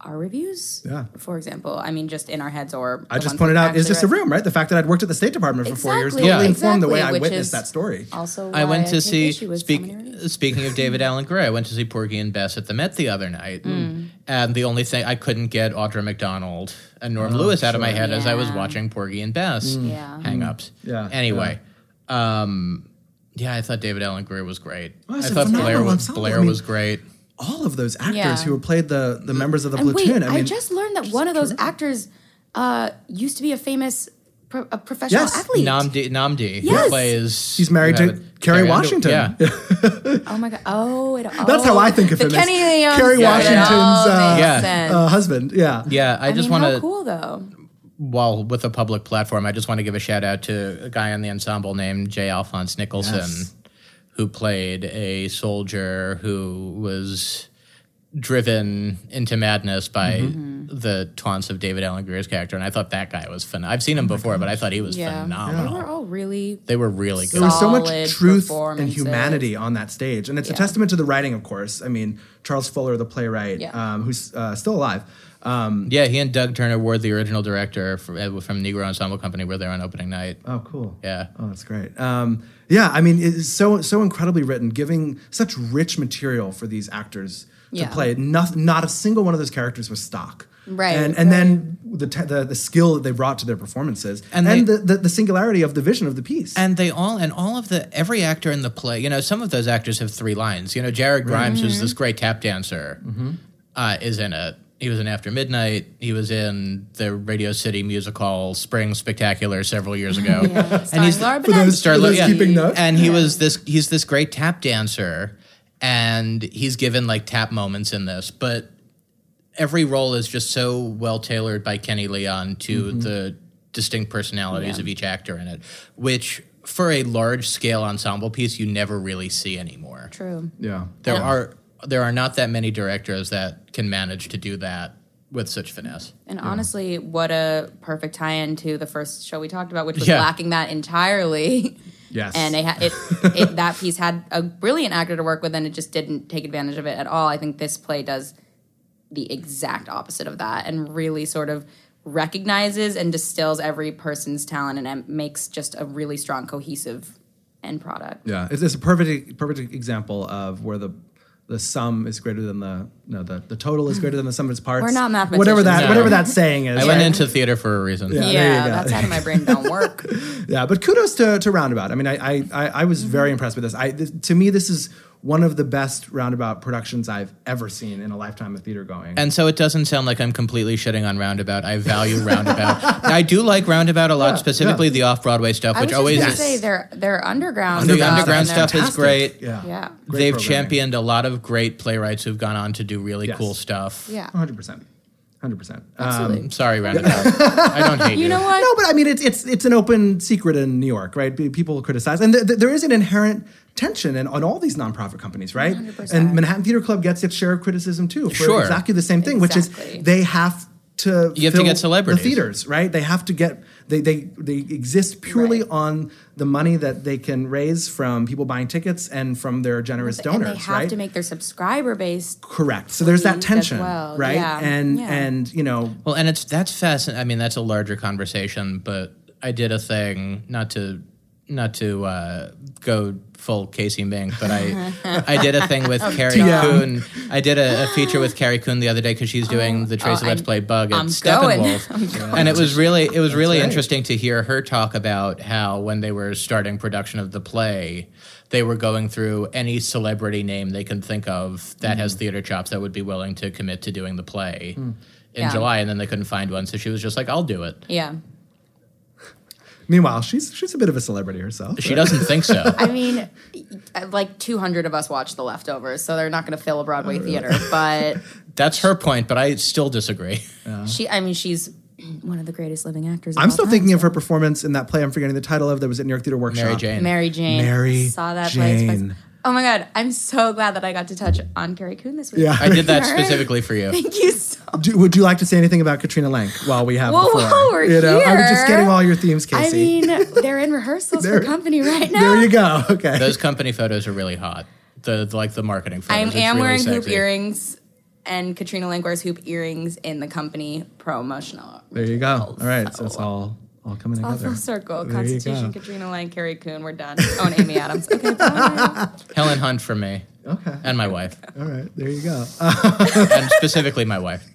[SPEAKER 6] our reviews.
[SPEAKER 3] Yeah.
[SPEAKER 6] For example, I mean, just in our heads or
[SPEAKER 3] I just pointed out is just a room, right? The fact that I'd worked at the State Department for four years
[SPEAKER 6] Exactly,
[SPEAKER 3] totally
[SPEAKER 5] Yeah.
[SPEAKER 3] informed the way I
[SPEAKER 6] exactly, which
[SPEAKER 3] witnessed
[SPEAKER 6] is-
[SPEAKER 3] that story.
[SPEAKER 6] Also,
[SPEAKER 5] I
[SPEAKER 6] why
[SPEAKER 5] went to
[SPEAKER 6] take
[SPEAKER 5] see
[SPEAKER 6] issue with
[SPEAKER 5] speak,
[SPEAKER 6] so many reviews.
[SPEAKER 5] speaking of David Allen Gray, I went to see Porgy and Bess at the Met the other night,
[SPEAKER 6] Mm.
[SPEAKER 5] and the only thing I couldn't get Audra McDonald and
[SPEAKER 3] Oh,
[SPEAKER 5] Norm Lewis out of my head as I was
[SPEAKER 6] Yeah.
[SPEAKER 5] watching Porgy and Bess
[SPEAKER 3] Mm.
[SPEAKER 6] Yeah.
[SPEAKER 5] hang-ups.
[SPEAKER 3] Yeah,
[SPEAKER 5] Anyway, Um, yeah, I thought David Allen Greer was great.
[SPEAKER 3] Well,
[SPEAKER 5] I
[SPEAKER 3] it's a
[SPEAKER 5] thought Blair
[SPEAKER 3] phenomenal
[SPEAKER 5] was
[SPEAKER 3] ensemble.
[SPEAKER 5] Blair
[SPEAKER 3] I mean-
[SPEAKER 5] was great.
[SPEAKER 3] All of those actors
[SPEAKER 6] Yeah.
[SPEAKER 3] who played the the members of the
[SPEAKER 6] And
[SPEAKER 3] platoon.
[SPEAKER 6] wait,
[SPEAKER 3] I mean,
[SPEAKER 6] just learned that one of those actors uh, used to be a famous pro- a professional
[SPEAKER 3] Yes.
[SPEAKER 6] athlete.
[SPEAKER 5] Namdi, Namdi
[SPEAKER 6] Yes.
[SPEAKER 5] who plays
[SPEAKER 3] She's married
[SPEAKER 5] who
[SPEAKER 3] to
[SPEAKER 5] had-
[SPEAKER 3] Kerry
[SPEAKER 5] Underwood.
[SPEAKER 3] Washington.
[SPEAKER 5] Yeah,
[SPEAKER 6] Oh my god! Oh, it all,
[SPEAKER 3] *laughs* That's how I think of
[SPEAKER 6] the
[SPEAKER 3] him.
[SPEAKER 6] Kenny
[SPEAKER 3] as
[SPEAKER 6] Leon
[SPEAKER 3] Kerry
[SPEAKER 6] stuff, it
[SPEAKER 3] Washington's
[SPEAKER 6] all
[SPEAKER 3] uh,
[SPEAKER 6] makes
[SPEAKER 5] Yeah.
[SPEAKER 6] sense.
[SPEAKER 3] uh, husband. Yeah.
[SPEAKER 5] yeah. I,
[SPEAKER 6] I
[SPEAKER 5] just
[SPEAKER 6] mean,
[SPEAKER 5] want
[SPEAKER 6] how
[SPEAKER 5] to
[SPEAKER 6] cool though.
[SPEAKER 5] while with a public platform, I just want to give a shout out to a guy on the ensemble named J. Alphonse Nicholson,
[SPEAKER 3] Yes.
[SPEAKER 5] who played a soldier who was driven into madness by the taunts of David Allen Greer's character. And I thought that guy was phenomenal. I've seen him before, but I thought he was
[SPEAKER 6] Yeah.
[SPEAKER 5] phenomenal.
[SPEAKER 6] They were all really
[SPEAKER 5] They were really
[SPEAKER 3] There
[SPEAKER 5] good.
[SPEAKER 3] was so
[SPEAKER 6] Solid
[SPEAKER 3] much truth and
[SPEAKER 6] performances.
[SPEAKER 3] humanity on that stage, and it's a testament to the writing, of course. I mean, Charles Fuller, the playwright,
[SPEAKER 6] Yeah.
[SPEAKER 3] um, who's uh, still alive. Um,
[SPEAKER 5] Yeah, he and Doug Turner were the original director for, uh, from Negro Ensemble Company were there on opening night.
[SPEAKER 3] oh, cool.
[SPEAKER 5] Yeah.
[SPEAKER 3] Oh, that's great. Um, yeah, I mean, it's so so incredibly written, giving such rich material for these actors to
[SPEAKER 6] Yeah.
[SPEAKER 3] play. Not not a single one of those characters was stock.
[SPEAKER 6] Right,
[SPEAKER 3] And and then the, te- the the skill that they brought to their performances, and,
[SPEAKER 5] And they-
[SPEAKER 3] the, the the singularity of the vision of the piece.
[SPEAKER 5] And they all and all of the every actor in the play, you know, some of those actors have three lines. You know, Jared Grimes, who's this great tap dancer, uh, is in it. He was in After Midnight. He was in the Radio City Music Hall Spring Spectacular several years ago.
[SPEAKER 6] and he's Laura
[SPEAKER 3] for those,
[SPEAKER 5] Star
[SPEAKER 3] for those
[SPEAKER 5] Lo- yeah.
[SPEAKER 3] keeping notes.
[SPEAKER 5] And he was this he's this great tap dancer and he's given like tap moments in this, but every role is just so well tailored by Kenny Leon to
[SPEAKER 3] Mm-hmm.
[SPEAKER 5] the distinct personalities of each actor in it, which for a large scale ensemble piece you never really see anymore.
[SPEAKER 6] True.
[SPEAKER 3] yeah.
[SPEAKER 5] There are there are not that many directors that can manage to do that with such finesse.
[SPEAKER 6] And honestly, what a perfect tie-in to the first show we talked about, which was
[SPEAKER 5] Yeah.
[SPEAKER 6] lacking that entirely. *laughs*
[SPEAKER 3] Yes.
[SPEAKER 6] And it, ha- it, it that piece had a brilliant actor to work with, and it just didn't take advantage of it at all. I think this play does the exact opposite of that, and really sort of recognizes and distills every person's talent, and em- makes just a really strong, cohesive end product.
[SPEAKER 3] Yeah, it's, it's a perfect perfect example of where the the sum is greater than the no the, the total is greater than the sum of its parts.
[SPEAKER 6] We're not mathematicians.
[SPEAKER 3] Whatever that
[SPEAKER 5] No.
[SPEAKER 3] whatever that saying is.
[SPEAKER 5] I went into theater for a reason.
[SPEAKER 3] Yeah. there you
[SPEAKER 6] Yeah,
[SPEAKER 3] go.
[SPEAKER 6] that's how my brain don't work.
[SPEAKER 3] Yeah, but kudos to, to Roundabout. I mean, I I, I, I was
[SPEAKER 5] Mm-hmm.
[SPEAKER 3] very impressed with this. I th- to me this is one of the best Roundabout productions I've ever seen in a lifetime of theater going.
[SPEAKER 5] And so it doesn't sound like I'm completely shitting on Roundabout. I value Roundabout. *laughs* I do like Roundabout a lot, specifically the off Broadway stuff,
[SPEAKER 6] I was
[SPEAKER 5] which
[SPEAKER 6] just
[SPEAKER 5] always
[SPEAKER 6] gonna
[SPEAKER 5] is,
[SPEAKER 6] say their their underground,
[SPEAKER 5] the
[SPEAKER 6] stuff
[SPEAKER 5] underground
[SPEAKER 6] and their-
[SPEAKER 5] stuff is great.
[SPEAKER 3] yeah,
[SPEAKER 6] Yeah.
[SPEAKER 5] They've
[SPEAKER 3] programming.
[SPEAKER 5] championed a lot of great playwrights who've gone on to do really cool stuff.
[SPEAKER 6] Yeah.
[SPEAKER 3] hundred percent, hundred percent. Um,
[SPEAKER 6] Absolutely.
[SPEAKER 5] I'm sorry, Roundabout. I
[SPEAKER 6] *laughs*
[SPEAKER 5] don't hate you.
[SPEAKER 6] you know what?
[SPEAKER 3] No, but I mean, it's it's it's an open secret in New York, right? Pe- People criticize, and th- th- there is an inherent tension in, on all these nonprofit companies, right? And Manhattan Theater Club gets its share of criticism too for
[SPEAKER 5] Sure.
[SPEAKER 3] exactly the same thing, which
[SPEAKER 6] Exactly.
[SPEAKER 3] is they have to
[SPEAKER 5] You have to
[SPEAKER 3] fill
[SPEAKER 5] get celebrities.
[SPEAKER 3] the theaters, right? They have to get they they they exist purely on the money that they can raise from people buying tickets and from their generous donors,
[SPEAKER 6] and they have
[SPEAKER 3] right?
[SPEAKER 6] to make their subscriber base
[SPEAKER 3] Correct. So there's that
[SPEAKER 6] as
[SPEAKER 3] tension,
[SPEAKER 6] well.
[SPEAKER 3] right?
[SPEAKER 6] Yeah.
[SPEAKER 3] And
[SPEAKER 6] Yeah.
[SPEAKER 3] and you know,
[SPEAKER 5] Well, and it's that's fascinating. I mean, that's a larger conversation, but I did a thing not to not to uh, go full Casey Mink, but I I did a thing
[SPEAKER 6] *laughs*
[SPEAKER 5] with
[SPEAKER 6] Oh,
[SPEAKER 5] Carrie
[SPEAKER 3] damn.
[SPEAKER 5] Coon. I did a, a feature with Carrie Coon the other day because she's doing the Tracy Let's Play Bug at
[SPEAKER 6] Oh, I'm going. *laughs*
[SPEAKER 5] Steppenwolf, and it was really it was really interesting to hear her talk about how when they were starting production of the play. They were going through any celebrity name they can think of that has theater chops that would be willing to commit to doing the play in
[SPEAKER 6] Yeah.
[SPEAKER 5] July, and then they couldn't find one. So she was just like, "I'll do it."
[SPEAKER 6] yeah
[SPEAKER 3] meanwhile, she's she's a bit of a celebrity herself.
[SPEAKER 5] She doesn't think so.
[SPEAKER 6] *laughs* i mean like 200 of us watched the leftovers so they're not going to fill a broadway
[SPEAKER 3] Oh,
[SPEAKER 6] theater
[SPEAKER 3] *laughs*
[SPEAKER 6] but
[SPEAKER 5] That's her point, but I still disagree.
[SPEAKER 6] she i mean she's one of the greatest living actors of
[SPEAKER 3] I'm
[SPEAKER 6] all
[SPEAKER 3] still
[SPEAKER 6] time,
[SPEAKER 3] thinking of
[SPEAKER 6] so-
[SPEAKER 3] her performance in that play. I'm forgetting the title of that was at New York Theater Workshop.
[SPEAKER 5] *laughs* Mary Jane.
[SPEAKER 6] mary jane
[SPEAKER 3] Mary
[SPEAKER 6] saw that
[SPEAKER 3] Jane.
[SPEAKER 6] place oh my god i'm so glad that i got to touch on carrie coon this week
[SPEAKER 3] Yeah.
[SPEAKER 5] I did that
[SPEAKER 6] Mary.
[SPEAKER 5] specifically for you.
[SPEAKER 6] *laughs* thank you
[SPEAKER 3] *laughs*
[SPEAKER 6] so
[SPEAKER 3] Do, would you like to say anything about Katrina Lank while we have
[SPEAKER 6] Well,
[SPEAKER 3] the floor?
[SPEAKER 6] while we're
[SPEAKER 3] you know, I'm just
[SPEAKER 6] here-
[SPEAKER 3] getting all your themes, Casey.
[SPEAKER 6] I mean, they're in rehearsals
[SPEAKER 3] There-
[SPEAKER 6] for company right now.
[SPEAKER 3] there you go. Okay.
[SPEAKER 5] Those company photos are really hot. The the- like the marketing photos.
[SPEAKER 6] I am
[SPEAKER 5] it's really
[SPEAKER 6] wearing hoop
[SPEAKER 5] sexy.
[SPEAKER 6] earrings, and Katrina Lang wears hoop earrings in the company promotional.
[SPEAKER 3] there you go. All right. So it's all all coming
[SPEAKER 6] All
[SPEAKER 3] together.
[SPEAKER 6] full circle.
[SPEAKER 3] There you
[SPEAKER 6] Constitution,
[SPEAKER 3] go.
[SPEAKER 6] Katrina Lang, Carrie Coon. We're done. Oh, and Amy Adams. Okay, bye.
[SPEAKER 5] Helen Hunt for me
[SPEAKER 3] Okay.
[SPEAKER 5] and my wife,
[SPEAKER 3] All right. There you go. Uh,
[SPEAKER 5] and specifically my wife.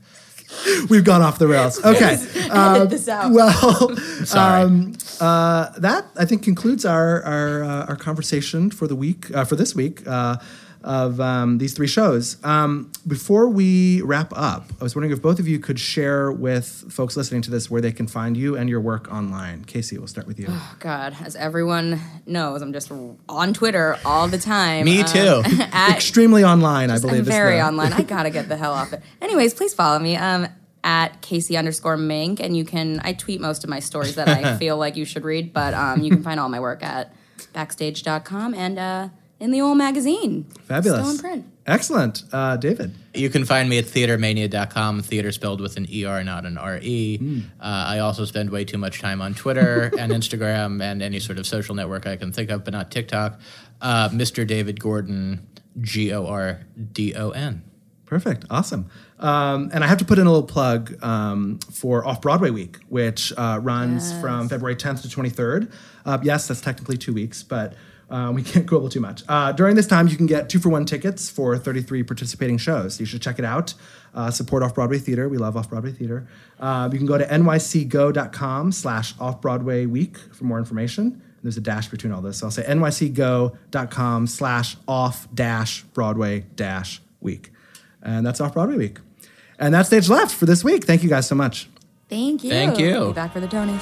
[SPEAKER 3] we've gone off the
[SPEAKER 6] *laughs*
[SPEAKER 3] rails. Okay.
[SPEAKER 6] Edit this out.
[SPEAKER 3] Well,
[SPEAKER 5] Sorry.
[SPEAKER 3] uh, that I think concludes our our, uh, our conversation for the week uh, for this week uh, of um, these three shows. Um, before we wrap up, I was wondering if both of you could share with folks listening to this where they can find you and your work online. Casey, we'll start with
[SPEAKER 6] *sighs*
[SPEAKER 3] you.
[SPEAKER 6] God, as everyone knows, I'm just on Twitter all the time.
[SPEAKER 5] me
[SPEAKER 6] Um,
[SPEAKER 5] too.
[SPEAKER 6] at
[SPEAKER 3] Extremely online, I believe.
[SPEAKER 6] I'm
[SPEAKER 3] is the-
[SPEAKER 6] very online. I gotta get the hell
[SPEAKER 5] *laughs*
[SPEAKER 6] off it. Anyways, please follow me um, at Casey underscore Mink, and you can. I tweet most of my stories
[SPEAKER 5] *laughs*
[SPEAKER 6] that I feel like you should read, but um, you can find all my work at backstage.com and uh, in the old magazine.
[SPEAKER 3] Fabulous.
[SPEAKER 6] Still in print.
[SPEAKER 3] Excellent, uh, David.
[SPEAKER 5] You can find me at theatermania.com, theater spelled with an ER, not an RE. Uh, I also spend way too much time on Twitter and Instagram and any sort of social network I can think of, but not TikTok. Uh, Mr. David Gordon, G O R D O N.
[SPEAKER 3] Perfect. Awesome. Um, and I have to put in a little plug um, for Off Broadway Week, which uh, runs from February 10th to 23rd. Uh, yes, that's technically two weeks, but uh, we *laughs* can't quibble too much. Uh, during this time, you can get two for one tickets for 33 participating shows. You should check it out. Uh, support Off Broadway Theater. We love Off Broadway Theater. Uh, you can go to nycgo.com slash Off Broadway Week for more information. There's a dash between all this. So I'll say nycgo.com slash off dash Broadway dash week. And that's Off Broadway Week. And that's Stage Left for this week. Thank you guys so much.
[SPEAKER 6] Thank you.
[SPEAKER 5] Thank you.
[SPEAKER 6] Be back for the Tonys.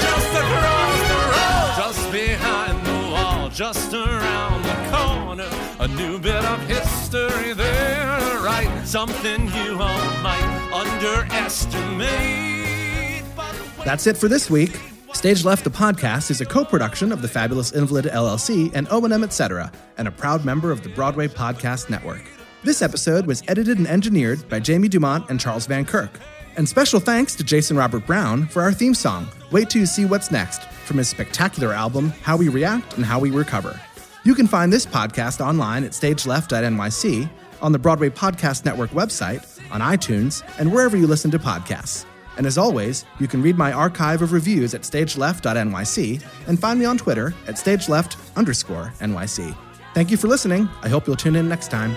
[SPEAKER 4] Just across the road, just behind the wall, just around the corner. A new bit of history there, right? Something you all might underestimate. But when
[SPEAKER 3] That's it for this week. Stage Left, the podcast, is a co production of the Fabulous Invalid LLC and O&M Etc., and a proud member of the Broadway Podcast Network. This episode was edited and engineered by Jamie Dumont and Charles Van Kirk. And special thanks to Jason Robert Brown for our theme song, Wait Till You See What's Next, from his spectacular album, How We React and How We Recover. You can find this podcast online at stageleft.nyc, on the Broadway Podcast Network website, on iTunes, and wherever you listen to podcasts. And as always, you can read my archive of reviews at stageleft.nyc and find me on Twitter at stageleft underscore NYC. Thank you for listening. I hope you'll tune in next time.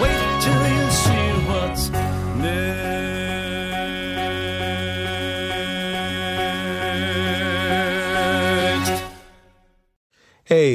[SPEAKER 4] Wait till you see what's next.
[SPEAKER 8] Hey,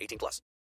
[SPEAKER 9] 18 plus.